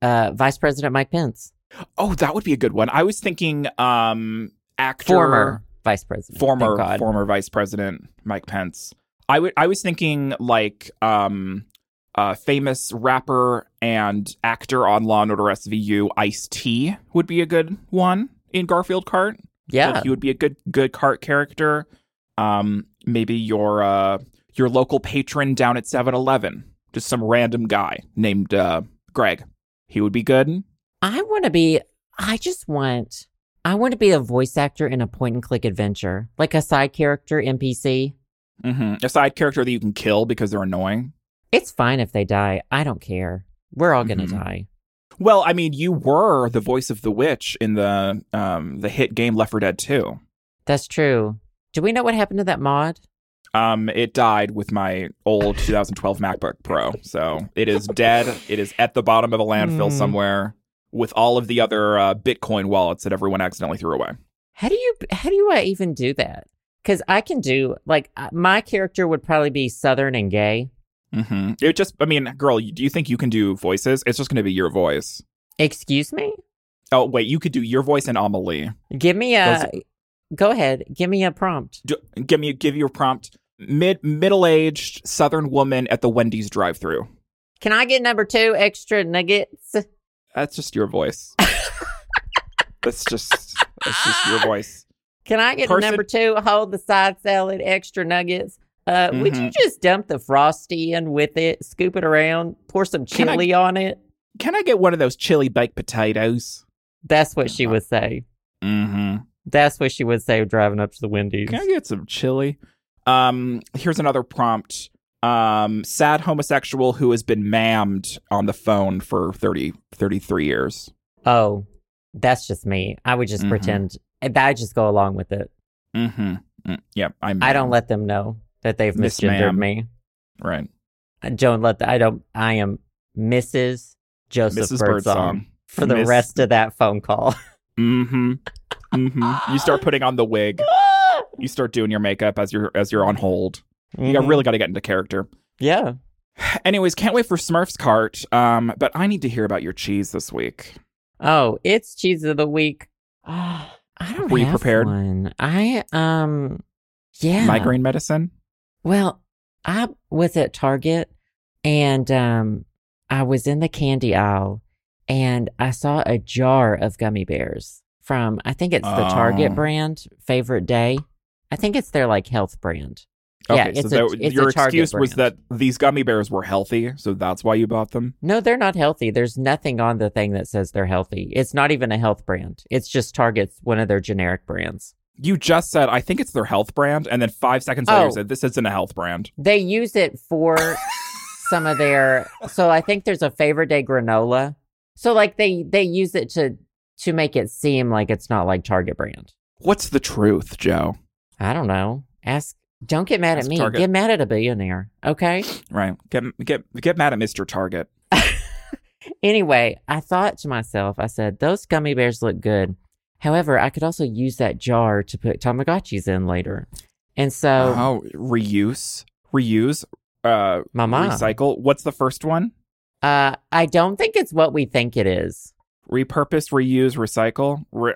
S1: Uh. Vice President Mike Pence,
S2: Oh, that would be a good one. I was thinking um actor
S1: former Vice President, thank
S2: former
S1: God.
S2: former vice president Mike Pence. I would I was thinking like um uh famous rapper and actor on Law and Order SVU Ice T would be a good one in Garfield Cart.
S1: Yeah.
S2: Like, he would be a good good cart character. Um maybe your uh your local patron down at 7-Eleven, just some random guy named uh Greg. He would be good.
S1: I want to be. I just want. I want to be a voice actor in a point and click adventure, like a side character NPC.
S2: hmm A side character that you can kill because they're annoying.
S1: It's fine if they die. I don't care. We're all gonna
S2: Mhm.
S1: die.
S2: Well, I mean, you were the voice of the witch in the um, the hit game Left 4 Dead 2.
S1: That's true. Do we know what happened to that mod?
S2: Um, it died with my old 2012 MacBook Pro, so it is dead. It is at the bottom of a landfill
S1: Hmm.
S2: somewhere with all of the other uh, Bitcoin wallets that everyone accidentally threw away.
S1: How do you how do I even do that? Because I can do like I- my character would probably be southern and gay,
S2: hmm It just, I mean, girl, do you think you can do voices? It's just going to be your voice.
S1: Excuse me?
S2: Oh wait, you could do your voice and Amelie.
S1: Give me a go ahead. Give me a prompt.
S2: Do, give me, give you a prompt. Mid middle aged Southern woman at the Wendy's drive through.
S1: Can I get number two extra nuggets?
S2: That's just your voice. that's just that's just your voice.
S1: Can I get
S2: Person-
S1: number two? Hold the side salad, extra nuggets. Uh,
S2: Mm-hmm.
S1: Would you just dump the frosty in with it, scoop it around, pour some
S2: Can I-
S1: chili on it?
S2: Can I get one of those chili baked potatoes?
S1: That's what
S2: uh
S1: she would say.
S2: Mm-hmm.
S1: That's what she would say driving up to the Wendy's.
S2: Can I get some chili? Um, here's another prompt. Um, sad homosexual who has been mammed on the phone for 30, 33 years.
S1: Oh, that's just me. I would just
S2: Mhm.
S1: pretend. eh, I just go along with it.
S2: Mm-hmm. Mm, yeah, I'm.
S1: I don't let them know that they've
S2: Miss
S1: misgendered
S2: Ma'am.
S1: me.
S2: right.
S1: I don't let. The, I don't. I am Mrs. Joseph
S2: Mrs.
S1: Birdsong,
S2: Birdsong.
S1: for the
S2: Miss-
S1: rest of that phone call.
S2: Mm-hmm. Mm-hmm.
S1: [LAUGHS]
S2: You start putting on the wig. You start doing your makeup as you're as you're on hold. [LAUGHS] You
S1: Mhm.
S2: really got to get into character.
S1: Yeah.
S2: Anyways, can't wait for Smurf's cart. Um, but I need to hear about your cheese this week.
S1: Oh, it's cheese of the week. [SIGHS] Ah, I don't
S2: Were you
S1: have
S2: prepared?
S1: one. I um, yeah.
S2: Migraine medicine.
S1: Well, I was at Target and um, I was in the candy aisle and I saw a jar of gummy bears from I think it's the Target
S2: Oh.
S1: brand, Favorite Day. I think it's their like health brand. Yeah, it's a-
S2: that-
S1: it's a
S2: your
S1: Target
S2: excuse was that
S1: brand.
S2: these gummy bears were healthy, so that's why you bought them.
S1: No, they're not healthy. There's nothing on the thing that says they're healthy. It's not even a health brand. It's just Target's one of their generic brands.
S2: You just said I think it's their health brand, and then five seconds later
S1: Oh.
S2: you said this isn't a health brand.
S1: They use it for some of their. So I think there's a favorite day granola. So like they they use it to to make it seem like it's not like Target brand.
S2: What's the truth, Joe?
S1: I don't know. Ask. Don't get mad
S2: Ask
S1: at me.
S2: Target.
S1: Get mad at a billionaire. Okay.
S2: Right? Get get get mad at Mister Target.
S1: Anyway, I thought to myself, I said, those gummy bears look good. However, I could also use that jar to put Tamagotchis in later. And so
S2: Oh, reuse, reuse, uh,
S1: my mom,
S2: recycle. What's the first one?
S1: uh, I don't think it's what we think it is.
S2: Repurpose, reuse, recycle. Re-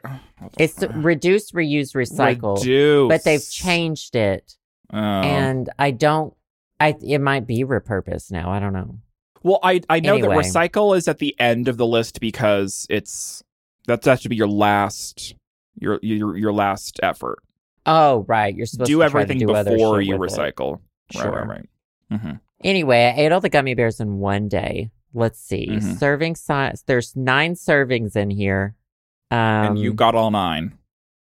S1: It's reduce, reuse, recycle.
S2: Reduce.
S1: but they've changed it
S2: Oh.
S1: and i don't i it might be repurposed now i don't know
S2: well, I I know
S1: Anyway.
S2: that recycle is at the end of the list because it's that's that should be your last your your your last effort.
S1: oh right you're supposed
S2: do
S1: to try to
S2: everything
S1: do other
S2: before
S1: shit
S2: you
S1: with it.
S2: recycle.
S1: sure
S2: Right, right, right. hmm
S1: anyway i ate all the gummy bears in one day let's see
S2: Mhm.
S1: serving size there's nine servings in here um
S2: and you got all nine.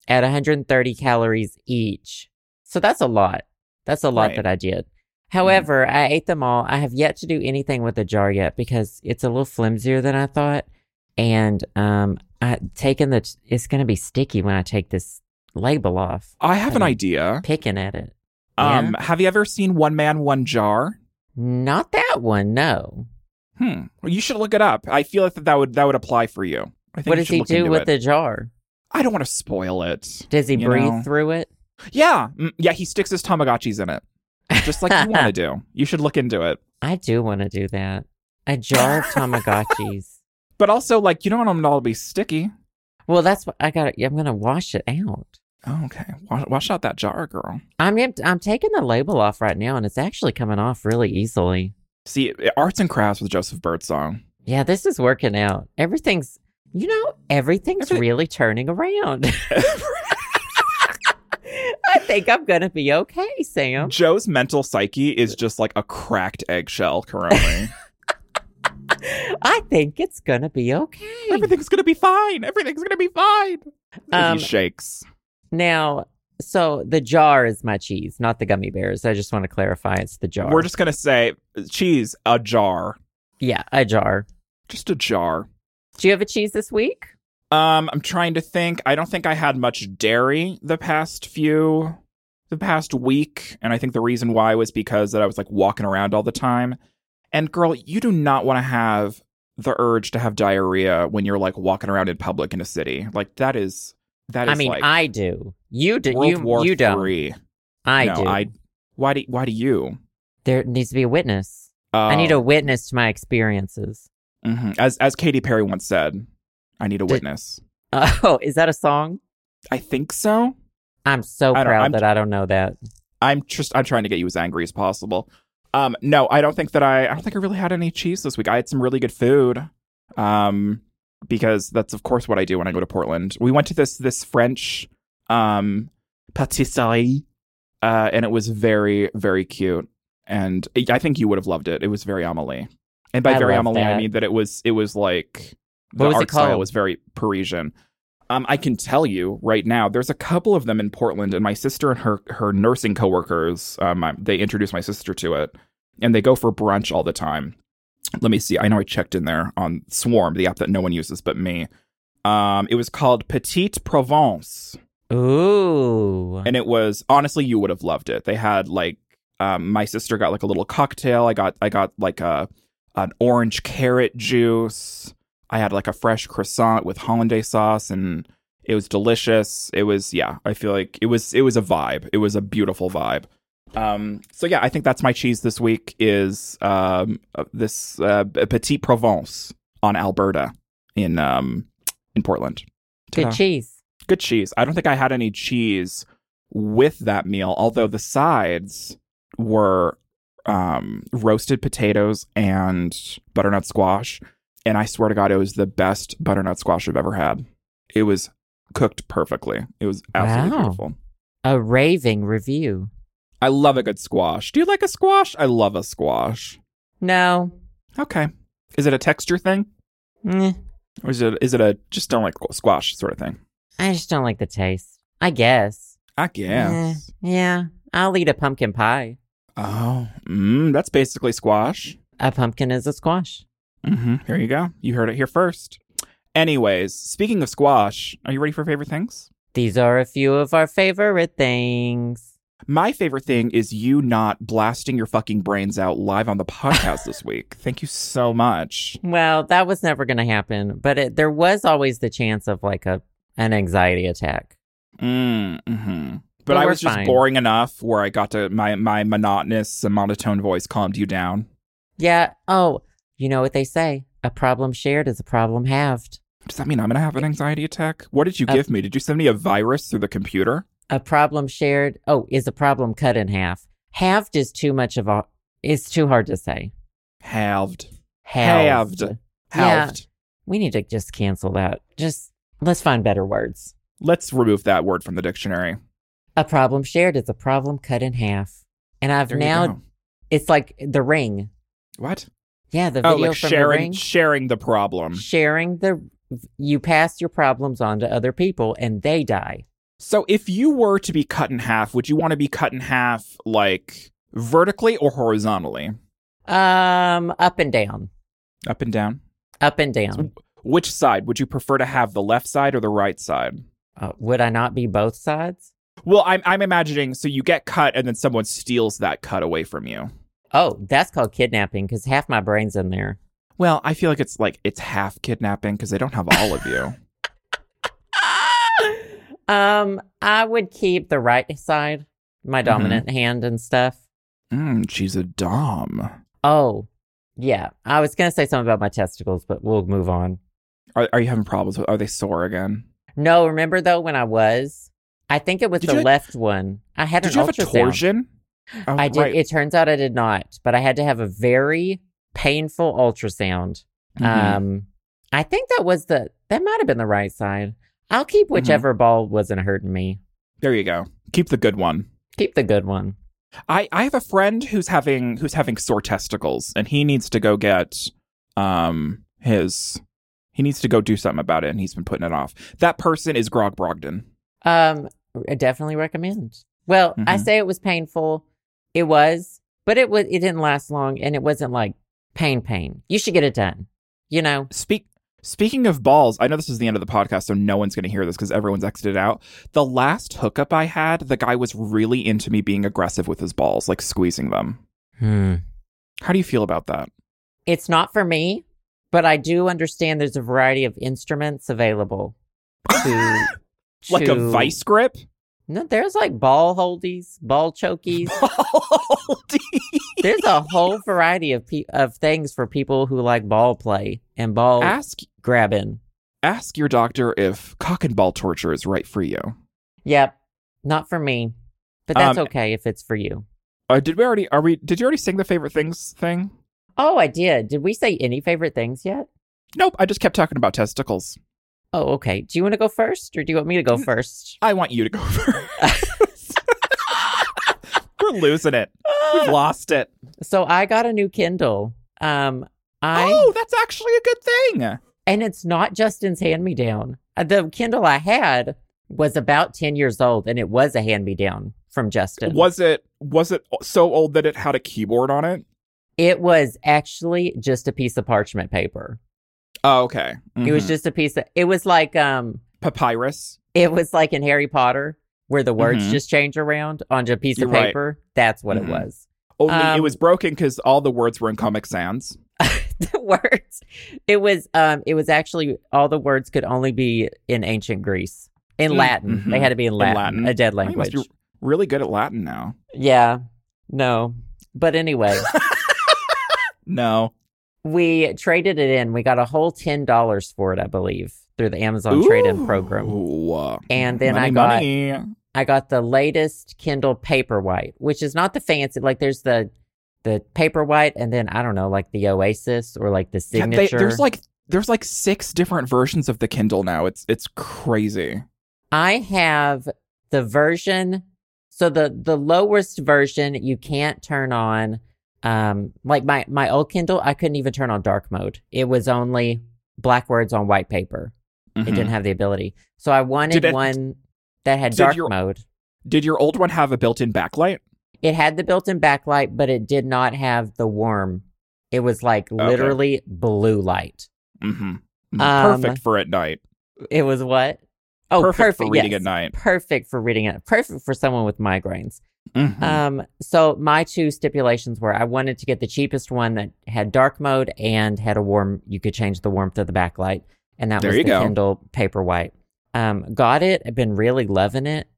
S1: at 130 calories each so that's a lot that's a lot
S2: Right. Mm-hmm.
S1: that i did however i ate them all i have yet to do anything with the jar yet because it's a little flimsier than i thought and um i taking the it's going to be sticky when i take this label off
S2: I have an
S1: Okay.
S2: idea.
S1: picking at it
S2: Um, have you ever seen One Man One Jar?
S1: not that one no
S2: Hmm. Well, you should look it up. I feel like that, that would that would apply for you. I think
S1: what
S2: you
S1: does
S2: should
S1: he
S2: look
S1: do
S2: into
S1: with
S2: it.
S1: the jar
S2: I don't want to spoil it.
S1: does he
S2: You
S1: breathe
S2: know.
S1: through it
S2: Yeah, Mm, yeah. He sticks his Tamagotchis in it, just like you want
S1: [LAUGHS]
S2: to do. You should look into it.
S1: i do want to do that a
S2: [LAUGHS]
S1: jar of tamagotchis
S2: But also, like, you don't want them to all be sticky.
S1: well that's what i got i'm going to wash it out
S2: Oh, okay. Wash, wash out that jar, girl.
S1: I'm empt- I'm taking the label off right now, and it's actually coming off really easily.
S2: See, arts and crafts with Joseph Birdsong.
S1: Yeah, this is working out. Everything's, you know, everything's
S2: Everything-
S1: really turning
S2: [LAUGHS]
S1: around. I think I'm gonna be okay, Sam.
S2: Joe's mental psyche is just like a cracked
S1: [LAUGHS]
S2: eggshell currently.
S1: I think it's gonna be okay.
S2: Everything's gonna be fine. Everything's gonna be fine.
S1: Um,
S2: he shakes.
S1: Now, so the jar is my cheese, not the gummy bears. I just want to clarify, it's the jar.
S2: We're just gonna say uh, cheese, a jar,
S1: yeah, a jar.
S2: just a jar.
S1: Do you have a cheese this week?
S2: Um, I'm trying to think. I don't think I had much dairy the past few, the past week, and I think the reason why was because that I was like walking around all the time. And girl, you do not want to have the urge to have diarrhea when you're like walking around in public in a city. Like that is that is.
S1: I mean,
S2: like,
S1: I do. You do.
S2: World
S1: you
S2: War
S1: you don't.
S2: Three.
S1: I
S2: no,
S1: do.
S2: I. Why do Why do you?
S1: There needs to be a witness. I need
S2: Oh.
S1: a witness to my experiences. [LAUGHS]
S2: hmm As As Katy Perry once said, "I need a
S1: Did-
S2: witness."
S1: Oh, is that a song?
S2: I think so.
S1: I'm so
S2: I don't-
S1: proud
S2: I'm-
S1: that I don't know that.
S2: I'm just I'm trying to get you as angry as possible. Um, no, I don't think that I I don't think I really had any cheese this week. I had some really good food. Um, because that's of course what I do when I go to Portland. We went to this this French um patisserie, uh, and it was very very cute. And I I think you would have loved it. It was very Amelie. And by
S1: I
S2: very
S1: love
S2: Amelie, I
S1: that.
S2: mean that it was it was like the
S1: What was it
S2: art style
S1: called?
S2: was very Parisian. Um, I can tell you right now, there's a couple of them in Portland, and my sister and her her nursing coworkers, um, I- they introduced my sister to it, and they go for brunch all the time. Let me see. I know I checked in there on Swarm, the app that no one uses but me. Um, it was called Petite Provence
S1: Ooh.
S2: and it was honestly you would have loved it they had like um, my sister got like a little cocktail i got i got like a an orange carrot juice i had like a fresh croissant with hollandaise sauce and it was delicious it was yeah i feel like it was it was a vibe it was a beautiful vibe um so yeah i think that's my cheese this week is um uh, this uh petite provence on alberta in um in portland Ta-da
S1: Good cheese.
S2: good cheese. I don't think I had any cheese with that meal, although the sides were um, roasted potatoes and butternut squash. And I swear to God, it was the best butternut squash I've ever had. It was cooked perfectly. It was absolutely
S1: Wow.
S2: beautiful.
S1: A raving review.
S2: I love a good squash. Do you like a squash? I love a squash.
S1: No.
S2: Okay. Is it a texture thing?
S1: Eh,
S2: Or is it is it a just don't like squash sort of thing?
S1: I just don't like the taste. I guess.
S2: I guess.
S1: Yeah. I'll eat a pumpkin pie.
S2: Oh, mm, that's basically squash.
S1: A pumpkin is a squash.
S2: Mm-hmm. Here you go. You heard it here first. Anyways, speaking of squash, are you ready for favorite things?
S1: These are a few of our favorite things.
S2: My favorite thing is you not blasting your fucking brains out live on the podcast
S1: [LAUGHS]
S2: this week. Thank you so much.
S1: Well, that was never going to happen, but it, there was always the chance of like a an anxiety attack.
S2: Mm, hmm But
S1: But
S2: I
S1: we're
S2: was just
S1: fine.
S2: boring enough where I got to my my monotonous and monotone voice calmed you down.
S1: Yeah. Oh, you know what they say: a problem shared is a problem halved.
S2: Does that mean I'm gonna have an anxiety attack? What did you
S1: Uh,
S2: give me? Did you send me a virus through the computer?
S1: A problem shared. Oh, is a problem cut in half. Halved is too much of a. It's too hard to say.
S2: Halved.
S1: Halved.
S2: Halved.
S1: Yeah.
S2: Halved.
S1: We need to just cancel that. Just let's find better words.
S2: Let's remove that word from the dictionary.
S1: A problem shared is a problem cut in half. And I've
S2: There you
S1: now.
S2: go.
S1: It's like the ring.
S2: What?
S1: Yeah, the
S2: Oh,
S1: video
S2: like
S1: from the
S2: sharing mm.
S1: ring.
S2: sharing the problem.
S1: sharing the you pass your problems on to other people and they die
S2: So if you were to be cut in half, would you want to be cut in half like vertically or horizontally?
S1: um up and down
S2: Up and down.
S1: up and down
S2: Which side would you prefer to have the left side or the right side?
S1: uh, would i not be both sides
S2: Well, I'm I'm imagining so you get cut and then someone steals that cut away from you.
S1: oh that's called kidnapping because half my brain's in
S2: [LAUGHS]
S1: there
S2: Well, I feel like it's like it's half kidnapping because they don't have all of you.
S1: um i would keep the right side
S2: Mm-hmm.
S1: my dominant hand and stuff
S2: [LAUGHS] Mm, she's a dom.
S1: oh yeah i was gonna say something about my testicles but we'll move on
S2: Are, are you having problems with? Are they sore again?
S1: no remember though when i was i think it was
S2: Did
S1: the
S2: you-
S1: left one i had
S2: Did
S1: an
S2: you have a
S1: ultrasound.
S2: torsion? Oh,
S1: I did.
S2: right.
S1: It turns out I did not, but I had to have a very painful ultrasound.
S2: Mhm.
S1: Um, I think that was the that might have been the right side. I'll
S2: Mm-hmm.
S1: keep whichever ball wasn't hurting me.
S2: there you go. Keep the good one.
S1: Keep the good one.
S2: I, I have a friend who's having who's having sore testicles and he needs to go get um his he needs to go do something about it and he's been putting it off. That person is Grog Brogdon.
S1: Um, I definitely recommend. Well, I
S2: Mhm.
S1: say it was painful. It was, but it was it didn't last long, and it wasn't like pain pain. You should get it done. You know.
S2: Speak speaking of balls, I know this is the end of the podcast, so no one's gonna hear this because everyone's exited out. The last hookup I had, the guy was really into me being aggressive with his balls, like squeezing them.
S1: Hmm.
S2: How do you feel about that?
S1: It's not for me, but I do understand there's a variety of instruments
S2: [LAUGHS]
S1: available to.
S2: Like a
S1: to-
S2: vice grip?
S1: No, there's like ball holdies, ball chokies. there's a whole variety of pe- of things for people who like ball play and ball
S2: ask
S1: grabbing.
S2: ask your doctor if cock and ball torture is right for you.
S1: Yep, not for me, but that's
S2: Um,
S1: okay if it's for you.
S2: Uh, did we already? Are we? Did you already sing the favorite things thing?
S1: Oh, I did. Did we say any favorite things yet?
S2: Nope. I just kept talking about testicles.
S1: Oh, okay. Do you want to go first, or do you want me to go
S2: Mm.
S1: first?
S2: I want you to go [LAUGHS] first. [LAUGHS] We're losing it. We've lost it.
S1: so I got a new Kindle. Um, I
S2: oh, that's actually a good thing.
S1: and it's not Justin's hand me down. Uh, The Kindle I had was about ten years old, and it was a hand me down from Justin.
S2: Was it was it so old that it had a keyboard on it?
S1: It was actually just a piece of parchment paper.
S2: Oh, okay.
S1: It was
S2: Mhm.
S1: just a piece of. It was like um.
S2: papyrus.
S1: It was like in Harry Potter where the words
S2: Mhm.
S1: just change around onto a piece
S2: You're
S1: of
S2: right.
S1: paper. That's what
S2: Mhm.
S1: it was. [LAUGHS]
S2: Only it
S1: Um,
S2: was broken because all the words were in Comic Sans.
S1: the words. It was um it was actually all the words could only be in ancient Greece. In
S2: Mm,
S1: Latin. They
S2: mhm.
S1: had to be in Latin,
S2: Latin.
S1: a dead
S2: I must
S1: language.
S2: be really good at Latin now.
S1: Yeah. No. But
S2: [LAUGHS]
S1: anyway,
S2: No.
S1: we traded it in. We got a whole ten dollars for it, I believe, through the Amazon trade in program.
S2: Ooh.
S1: And then I
S2: Money,
S1: got
S2: money.
S1: I got the latest Kindle Paperwhite, which is not the fancy like there's the the Paperwhite and then I don't know, like the Oasis or like the
S2: Yeah, they-
S1: signature.
S2: there's like there's like six different versions of the Kindle now. It's it's crazy.
S1: I have the version so the the lowest version you can't turn on um like my my old Kindle I couldn't even turn on dark mode. It was only black words on white paper. It
S2: Mhm.
S1: didn't have the ability. So I wanted
S2: Did it-
S1: one that had
S2: did
S1: dark
S2: your-
S1: mode.
S2: Did your old one have a built-in backlight?
S1: It had the built-in backlight but it did not have the worm. It was like
S2: Okay.
S1: literally blue light.
S2: Mm-hmm.
S1: Um,
S2: perfect for at night.
S1: It was what? Oh, perfect,
S2: perfect, for reading
S1: yes.
S2: at night.
S1: Perfect for reading it. Perfect for someone with migraines.
S2: Mhm.
S1: Um, so my two stipulations were I wanted to get the cheapest one that had dark mode and had a warm you could change the warmth of the backlight. And that
S2: There
S1: was
S2: you
S1: the
S2: go.
S1: Kindle Paperwhite. Um, got it. I've been really loving it.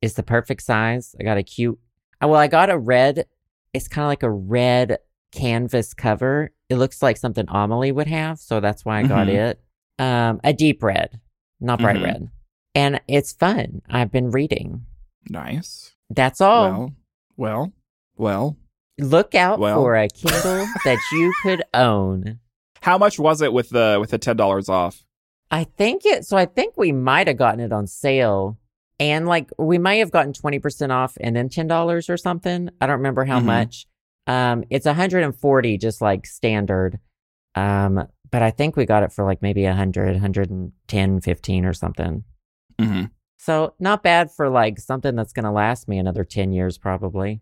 S1: It's the perfect size. I got a cute uh, well, I got a red it's kind of like a red canvas cover. It looks like something Amelie would have, so that's why I got
S2: Mhm.
S1: it. Um, a deep red, not bright
S2: Mhm.
S1: red. And it's fun. I've been reading.
S2: nice.
S1: That's all
S2: Well, well, well.
S1: look out
S2: Well.
S1: for a Kindle that
S2: [LAUGHS]
S1: you could own.
S2: How much was it with the with the ten dollars off?
S1: I think it. So I think we might have gotten it on sale, and like we may have gotten twenty percent off and then ten dollars or something. I don't remember how
S2: Mhm.
S1: much. Um, it's one hundred and forty, just like standard. Um, but I think we got it for like maybe 100, 110, 15 or something.
S2: Mm-hmm.
S1: So not bad for like something that's gonna last me another ten years probably.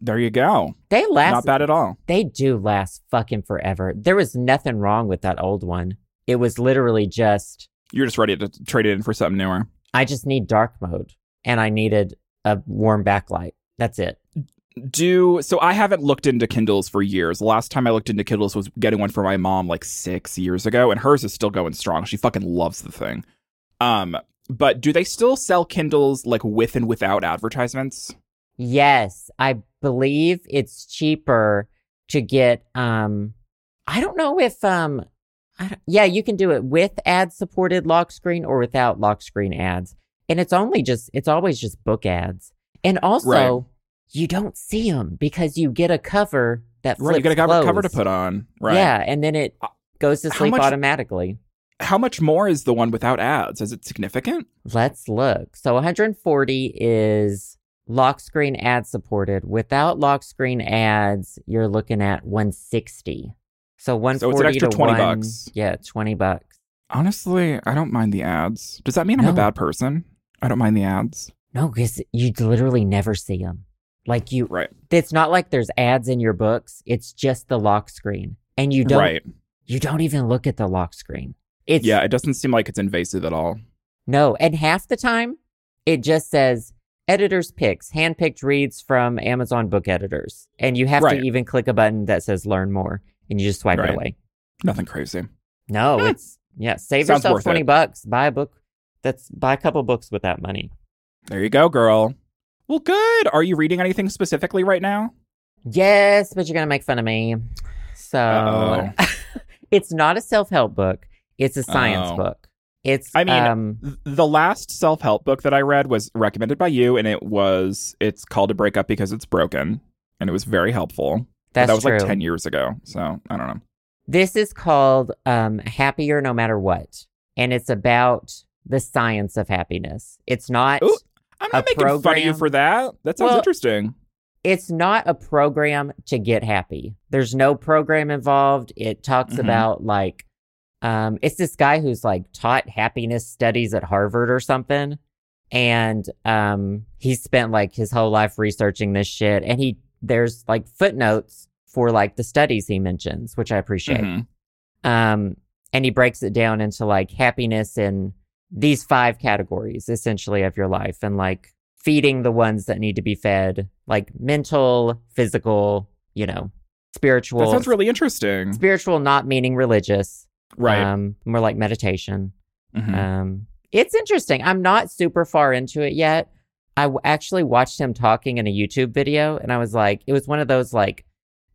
S2: There you go.
S1: They
S2: Not
S1: last
S2: bad at all.
S1: they do last fucking forever. There was nothing wrong with that old one. It was literally just
S2: You're just ready to trade it in for something newer.
S1: I just need dark mode and I needed a warm backlight. That's it.
S2: Do so. I haven't looked into Kindles for years. Last time I looked into Kindles was getting one for my mom like six years ago, and hers is still going strong. She fucking loves the thing. Um, but do they still sell Kindles like with and without advertisements?
S1: Yes, I believe it's cheaper to get um I don't know if um I don't, yeah, you can do it with ad supported lock screen or without lock screen ads. And it's only just it's always just book ads. And also
S2: Right.
S1: you don't see them because you get a cover that flips
S2: Right, you got a cover, cover to
S1: closed.
S2: put on. Right.
S1: Yeah, and then it
S2: Uh,
S1: goes to
S2: how
S1: sleep
S2: much-
S1: automatically.
S2: How much more is the one without ads? Is it significant?
S1: Let's look. So 140 is lock screen ad supported. Without lock screen ads, you're looking at 160. So 140
S2: an extra
S1: to
S2: 20
S1: one-
S2: bucks.
S1: Yeah, 20 bucks.
S2: Honestly, I don't mind the ads. Does that mean I'm
S1: No.
S2: a bad person? I don't mind the ads.
S1: No, because you literally never see them. Like you,
S2: Right.
S1: it's not like there's ads in your books. It's just the lock screen, and you don't
S2: Right.
S1: you don't even look at the lock screen. It's
S2: Yeah, it doesn't seem like it's invasive at all.
S1: No, and half the time it just says editor's picks, handpicked reads from Amazon book editors. And you have
S2: Right.
S1: to even click a button that says learn more and you just swipe it
S2: Right.
S1: away.
S2: Nothing crazy.
S1: No,
S2: Hmm.
S1: it's yeah, save
S2: Sounds
S1: yourself
S2: worth
S1: 20
S2: it.
S1: bucks, buy a book. That's buy a couple books with that money.
S2: There you go, girl. Well, good. Are you reading anything specifically right now?
S1: Yes, but you're going to make fun of me. So
S2: Uh-oh.
S1: [LAUGHS] it's not a self-help book, it's a science
S2: Oh.
S1: book. It's
S2: I mean,
S1: um,
S2: Th- The last self help book that I read was recommended by you, and it was it's called "A Breakup Because It's Broken," and it was very helpful. But
S1: that's
S2: that was
S1: true.
S2: like ten years ago, so I don't know.
S1: This is called um, Happier No Matter What. And it's about the science of happiness. It's not,
S2: Ooh, I'm not
S1: A
S2: making fun of you
S1: program?
S2: for that. That sounds
S1: Well,
S2: interesting.
S1: it's not a program to get happy. There's no program involved. It talks
S2: Mhm.
S1: about like um it's this guy who's like taught happiness studies at Harvard or something and um he spent like his whole life researching this shit and he there's like footnotes for like the studies he mentions, which I appreciate.
S2: Mhm.
S1: Um, and he breaks it down into like happiness in these five categories essentially of your life and like feeding the ones that need to be fed, like mental, physical, you know, spiritual.
S2: That sounds really interesting.
S1: spiritual not meaning religious.
S2: Right.
S1: Um, more like meditation.
S2: Mhm.
S1: Um, it's interesting. I'm not super far into it yet. I w- actually watched him talking in a YouTube video, and I was like, it was one of those like,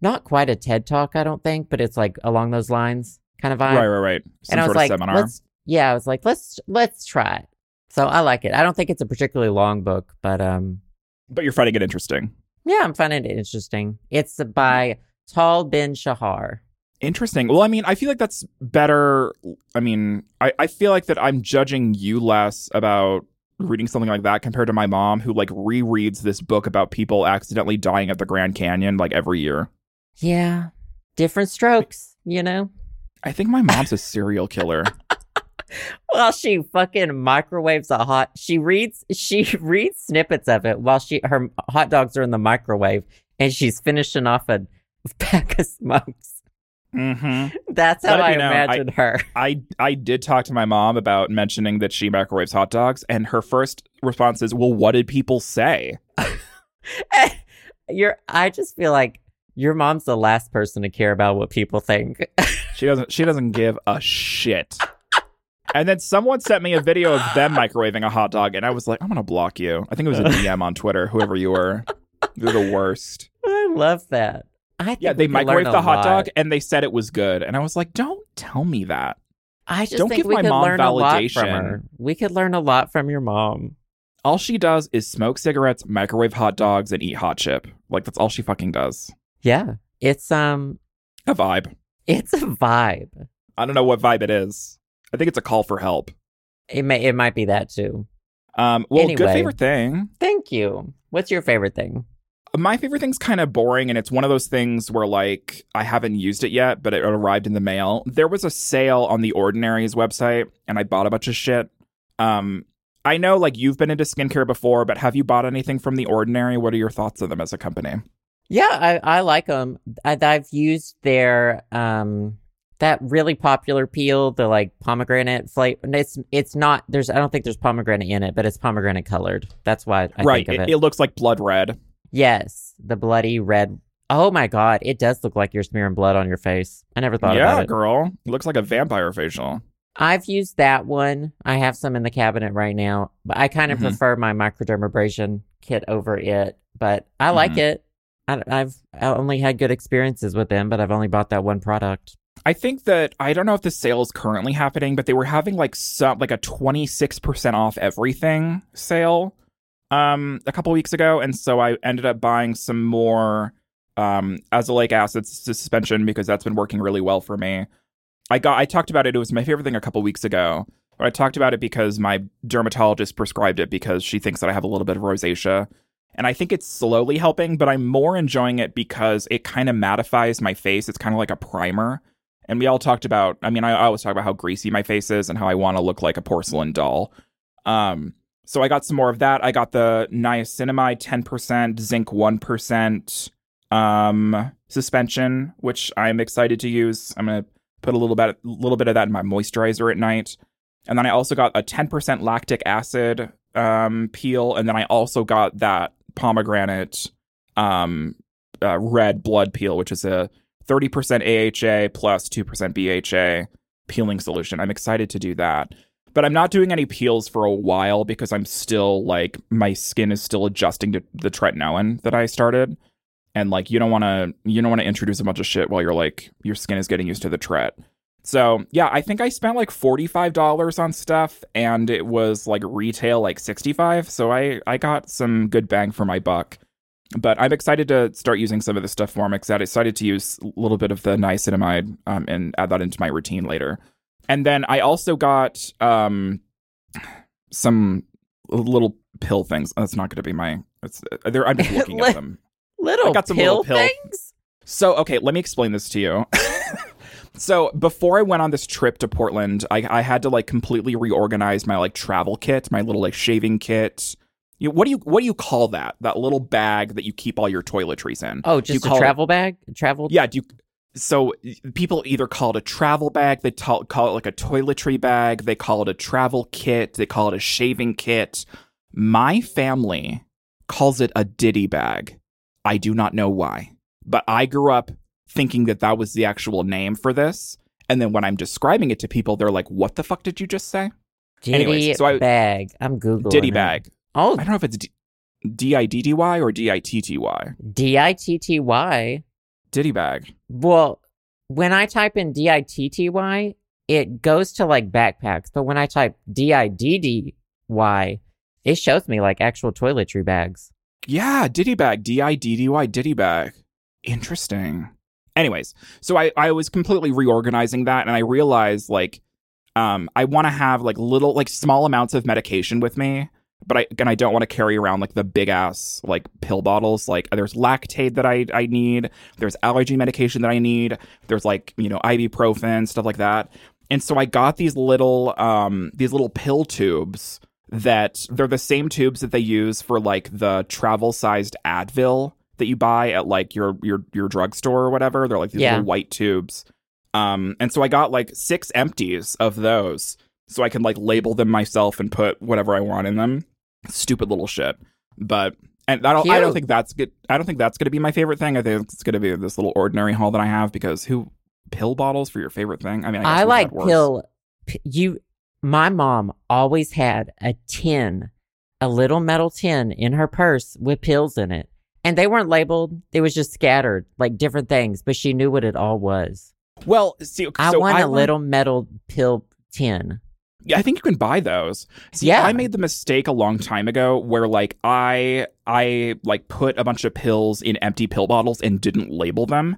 S1: not quite a TED talk, I don't think, but it's like along those lines kind of vibe.
S2: right, right, right. Some
S1: and I was
S2: sort
S1: like,
S2: of seminar.
S1: let's, yeah, I was like, let's let's try it. So I like it. I don't think it's a particularly long book, but um,
S2: But you're finding it interesting.
S1: yeah, I'm finding it interesting. It's by Tal Bin Shahar.
S2: Interesting. Well, I mean, I feel like that's better. I mean, I, I feel like that I'm judging you less about reading something like that compared to my mom, who like rereads this book about people accidentally dying at the Grand Canyon like every year.
S1: Yeah, different strokes, you know.
S2: I think my mom's a serial killer.
S1: Well, she fucking microwaves a hot. She reads. She [LAUGHS] reads snippets of it while she her hot dogs are in the microwave, and she's finishing off a [LAUGHS] pack of smokes.
S2: mm-hmm.
S1: That's how
S2: Let it
S1: I
S2: be known, I-
S1: imagine her.
S2: I I did talk to my mom about mentioning that she microwaves hot dogs, and her first response is, "Well, what did people say?"
S1: You're. I just feel like your mom's the last person to care about what people think. [LAUGHS]
S2: She doesn't she doesn't give a shit. And then someone sent me a video of them microwaving a hot dog, and I was like, "I'm gonna block you." I think it was
S1: [LAUGHS]
S2: a DM on Twitter, whoever you were. You're the worst.
S1: I love that. I think
S2: Yeah, they
S1: we could learn
S2: microwaved
S1: a
S2: the hot
S1: lot.
S2: dog, and they said it was good, and I was like, "Don't tell me that."
S1: I just
S2: Don't
S1: think
S2: give
S1: we
S2: my
S1: could
S2: mom
S1: learn a lot from
S2: validation.
S1: her. We could learn a lot from your mom.
S2: All she does is smoke cigarettes, microwave hot dogs, and eat hot chip. Like that's all she fucking does.
S1: Yeah, it's um,
S2: A vibe.
S1: it's a vibe.
S2: I don't know what vibe it is. I think it's a call for help.
S1: It may it might be that too.
S2: Um, well, good
S1: Anyway.
S2: favorite thing.
S1: Thank you. What's your favorite thing?
S2: My favorite thing's kind of boring, and it's one of those things where, like, I haven't used it yet, but it arrived in the mail. There was a sale on the Ordinary's website, and I bought a bunch of shit. Um, I know, like, you've been into skincare before, but have you bought anything from the Ordinary? What are your thoughts on them as a company?
S1: Yeah, I, I like them. I, I've used their um that really popular peel, the like pomegranate flavor. It's it's not there's I don't think there's pomegranate in it, but it's pomegranate colored. That's why I
S2: right.
S1: think of
S2: it,
S1: it.
S2: it looks like blood red.
S1: Yes, the bloody red. Oh my god, it does look like you're smearing blood on your face. I never thought
S2: yeah,
S1: about it.
S2: girl. It looks like a vampire facial.
S1: I've used that one. I have some in the cabinet right now, but I kind of
S2: Mhm.
S1: prefer my microdermabrasion kit over it. But I like
S2: Mhm.
S1: it. I, I've I only had good experiences with them, but I've only bought that one product.
S2: I think that I don't know if the sale is currently happening, but they were having like some like a twenty six percent off everything sale um a couple weeks ago, and so I ended up buying some more um azelaic acid suspension because that's been working really well for me. I got I talked about it. It was my favorite thing a couple weeks ago. But I talked about it because my dermatologist prescribed it because she thinks that I have a little bit of rosacea. And I think it's slowly helping, but I'm more enjoying it because it kind of mattifies my face. It's kind of like a primer. And we all talked about, I mean, I I always talk about how greasy my face is and how I want to look like a porcelain doll. Um, so I got some more of that. I got the niacinamide 10%, zinc 1% um, suspension, which I'm excited to use. I'm going to put a little bit, little bit of that in my moisturizer at night. And then I also got a 10% lactic acid um, peel. And then I also got that pomegranate um, uh, red blood peel, which is a 30% AHA plus 2% BHA peeling solution. I'm excited to do that. But I'm not doing any peels for a while because I'm still like, my skin is still adjusting to the tretinoin that I started. And like, you don't want to, you don't want to introduce a bunch of shit while you're like, your skin is getting used to the tret. So yeah, I think I spent like $45 on stuff and it was like retail like 65. So I, I got some good bang for my buck but I'm excited to start using some of this stuff more. I'm excited, excited to use a little bit of the niacinamide um, and add that into my routine later. And then I also got um, uh, some little pill things. That's not going to be my. It's, they're, I'm just looking at them.
S1: Little
S2: I got some
S1: pill
S2: little pill.
S1: things.
S2: So, okay, let me explain this to you. [LAUGHS] so, before I went on this trip to Portland, I, I had to like completely reorganize my like travel kit, my little like shaving kit. You, what do you what do you call that? That little bag that you keep all your toiletries in?
S1: Oh,
S2: you
S1: just a
S2: call it-
S1: travel bag. Travel.
S2: Yeah, do you, so y- people either call it a travel bag, they ta- call it like a toiletry bag, they call it a travel kit, they call it a shaving kit. My family calls it a ditty bag. I do not know why, but I grew up thinking that that was the actual name for this. And then when I'm describing it to people, they're like, "What the fuck did you just say?"
S1: Ditty
S2: anyways, so I-
S1: bag. I'm googling.
S2: Ditty
S1: it.
S2: bag. I
S1: Oh,
S2: don't know if it's D- D-I-D-D-Y or D-I-T-T-Y.
S1: D I T T Y.
S2: Ditty bag.
S1: Well, when I type in D I T T Y, it goes to like backpacks. But when I type D I D D Y, it shows me like actual toiletry bags.
S2: Yeah, Diddy Bag, D I D D Y, Diddy Bag. Interesting. Anyways, so I, I was completely reorganizing that and I realized like um I want to have like little like small amounts of medication with me, but I and I don't want to carry around like the big ass like pill bottles. Like there's Lactaid that I I need, there's allergy medication that I need, there's like, you know, ibuprofen, stuff like that. And so I got these little um these little pill tubes that they're the same tubes that they use for like the travel sized Advil that you buy at like your your your drugstore or whatever. They're like these
S1: Yeah.
S2: little white tubes. Um, and so I got like six empties of those, so I can like label them myself and put whatever I want in them. Stupid little shit, but and I don't I
S1: Cute.
S2: don't think that's good. I don't think that's gonna be my favorite thing. I think it's gonna be this little ordinary haul that I have because who pill bottles for your favorite thing? I mean, I, guess
S1: I,
S2: we've
S1: like
S2: had worse.
S1: pill. p- You, my mom always had a tin, a little metal tin in her purse with pills in it, and they weren't labeled. It was just scattered like different things, but she knew what it all was.
S2: Well, see, so
S1: I want a
S2: learned-
S1: little metal pill tin.
S2: Yeah, I think you can buy those. See,
S1: Yeah.
S2: I made the mistake a long time ago where like I I like put a bunch of pills in empty pill bottles and didn't label them.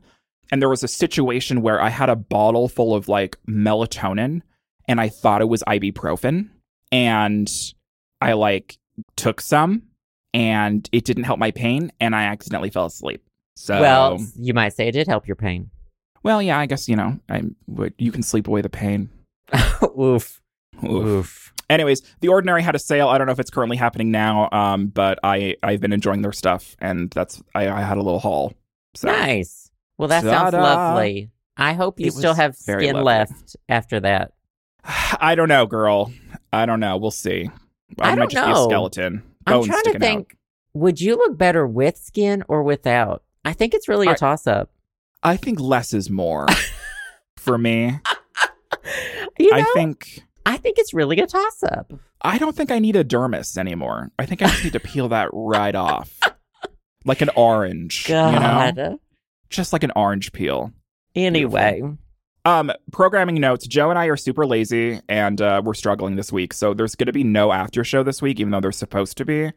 S2: And there was a situation where I had a bottle full of like melatonin and I thought it was ibuprofen and I like took some and it didn't help my pain and I accidentally fell asleep. So
S1: Well, you might say it did help your pain.
S2: well, yeah, I guess you know, I would you can sleep away the pain.
S1: Oof.
S2: [LAUGHS] Oof.
S1: Oof.
S2: Anyways, The Ordinary had a sale. I don't know if it's currently happening now, um, but I I've been enjoying their stuff, and that's I, I had a little haul. So
S1: Nice. Well, that sounds
S2: Ta-da.
S1: lovely. I hope you
S2: It
S1: still
S2: was
S1: have
S2: very
S1: skin
S2: lovely.
S1: left after that.
S2: [SIGHS] I don't know, girl. I don't know. We'll see.
S1: I
S2: I,
S1: don't
S2: might just be
S1: know.
S2: a skeleton.
S1: I'm
S2: Bones
S1: trying to
S2: sticking out.
S1: think would you look better with skin or without? I think it's really a
S2: I-
S1: toss up.
S2: I think less
S1: [LAUGHS]
S2: is more for me.
S1: You know,
S2: I think
S1: I think it's really a toss up.
S2: I don't think I need a dermis anymore. I think I just need to peel that
S1: [LAUGHS]
S2: right off, like an orange. You know,
S1: God.
S2: just like an orange peel.
S1: Anyway,
S2: Um, programming notes. Joe and I are super lazy, and uh, we're struggling this week. So there's going to be no after show this week, even though there's supposed to be.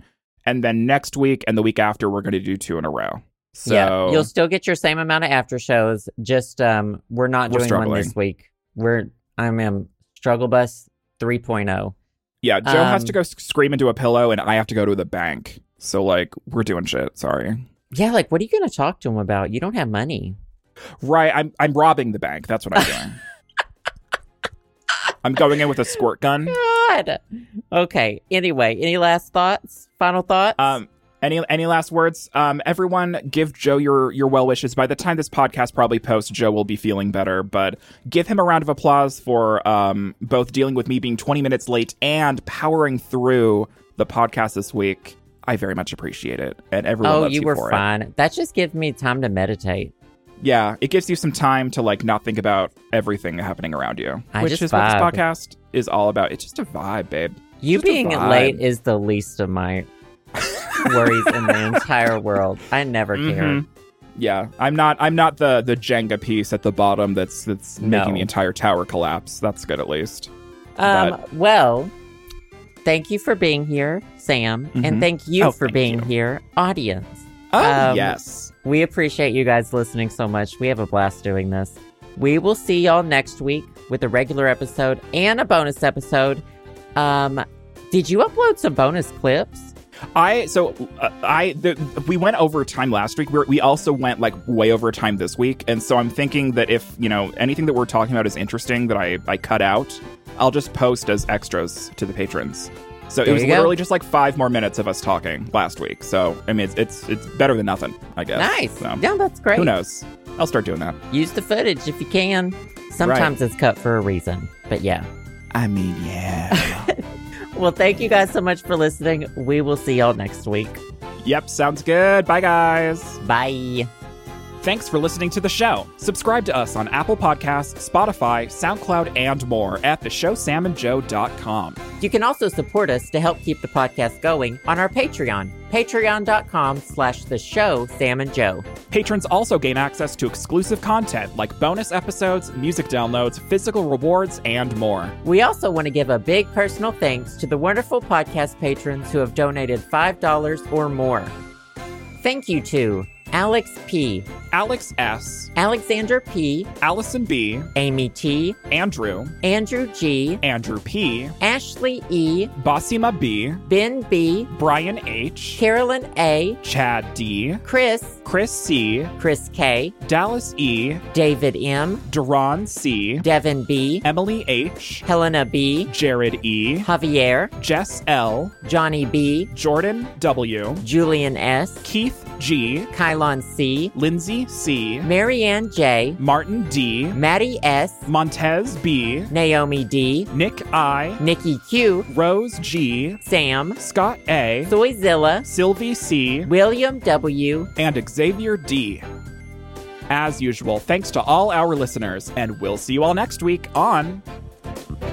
S2: And then next week and the week after, we're going to do two in a row. So
S1: yeah, you'll still get your same amount of after shows. Just um, we're not
S2: We're
S1: doing one this week. We're I'm in Struggle Bus oh. 3.0.
S2: yeah, Joe has
S1: um,
S2: to go s- scream into a pillow, and I have to go to the bank. So like, we're doing shit. Sorry.
S1: Yeah, like what are you going to talk to him about? You don't have money.
S2: Right. I'm I'm robbing the bank. That's what I'm doing.
S1: [LAUGHS]
S2: I'm going in with a squirt gun.
S1: God. Okay. Anyway, any last thoughts? Final thoughts?
S2: Um, any any last words? Um, everyone, give Joe your your well wishes. By the time this podcast probably posts, Joe will be feeling better. But give him a round of applause for um, both dealing with me being 20 minutes late and powering through the podcast this week. I very much appreciate it, and everyone
S1: oh,
S2: loves
S1: you were
S2: for
S1: fine. That just gives me time to meditate.
S2: it. Yeah, it gives you some time to like not think about everything happening around you,
S1: I
S2: which
S1: just
S2: is what this
S1: vibe.
S2: podcast is all about. It's just a vibe, babe.
S1: You
S2: Just a
S1: being
S2: vibe.
S1: late is the least of my worries in
S2: [LAUGHS]
S1: the entire world. I never care.
S2: Mhm. Yeah, I'm not. I'm not the the Jenga piece at the bottom that's that's
S1: No.
S2: making the entire tower collapse. That's good at least.
S1: Um, well, thank you for being here, Sam, and
S2: Mhm.
S1: thank you
S2: Oh,
S1: for
S2: thank
S1: being
S2: you.
S1: here, audience.
S2: Oh
S1: Um,
S2: yes.
S1: We appreciate you guys listening so much. We have a blast doing this. We will see y'all next week with a regular episode and a bonus episode. Um, did you upload some bonus clips?
S2: I so uh, I the, we went over time last week. We're, we also went like way over time this week, and so I'm thinking that if you know anything that we're talking about is interesting that I I cut out, I'll just post as extras to the patrons. So
S1: There
S2: it was
S1: you go.
S2: literally just like five more minutes of us talking last week. So I mean, it's it's, it's better than nothing, I guess.
S1: Nice.
S2: So,
S1: Yeah, that's great.
S2: Who knows? I'll start doing that.
S1: Use the footage if you can. Sometimes it's cut for a reason, but yeah.
S2: I mean, yeah.
S1: Well, thank you guys so much for listening. We will see y'all next week.
S2: [LAUGHS] yep, sounds good. Bye, guys.
S1: Bye.
S2: Thanks for listening to the show. Subscribe to us on Apple Podcasts, Spotify, SoundCloud, and more at theshowsamandjoe.com.
S1: You can also support us to help keep the podcast going on our Patreon, patreon.com slash the show Sam and Joe.
S2: Patrons also gain access to exclusive content like bonus episodes, music downloads, physical rewards, and more.
S1: We also want to give a big personal thanks to the wonderful podcast patrons who have donated $5 or more. Thank you to Alex P.,
S2: Alex S.,
S1: Alexander P.,
S2: Allison B.,
S1: Amy T.,
S2: Andrew,
S1: Andrew G.,
S2: Andrew P.,
S1: Ashley E.,
S2: Basima B.,
S1: Ben B.,
S2: Brian H.,
S1: Carolyn A.,
S2: Chad D.,
S1: Chris,
S2: Chris C.,
S1: Chris K.,
S2: Dallas E.,
S1: David M.,
S2: Duran C.,
S1: Devin B.,
S2: Emily H.,
S1: Helena B.,
S2: Jared E.,
S1: Javier,
S2: Jess L.,
S1: Johnny B.,
S2: Jordan W.,
S1: Julian S.,
S2: Keith G.,
S1: Kylon C.,
S2: Lindsay C.,
S1: Marianne J.,
S2: Martin D.,
S1: Maddie S.,
S2: Montez B.,
S1: Naomi D.,
S2: Nick I.,
S1: Nikki Q,
S2: Rose G.,
S1: Sam,
S2: Scott A.,
S1: Soyzilla,
S2: Sylvie C.,
S1: William W.
S2: and Xavier D. As usual, thanks to all our listeners, and we'll see you all next week on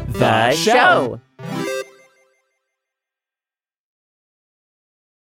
S1: The Show.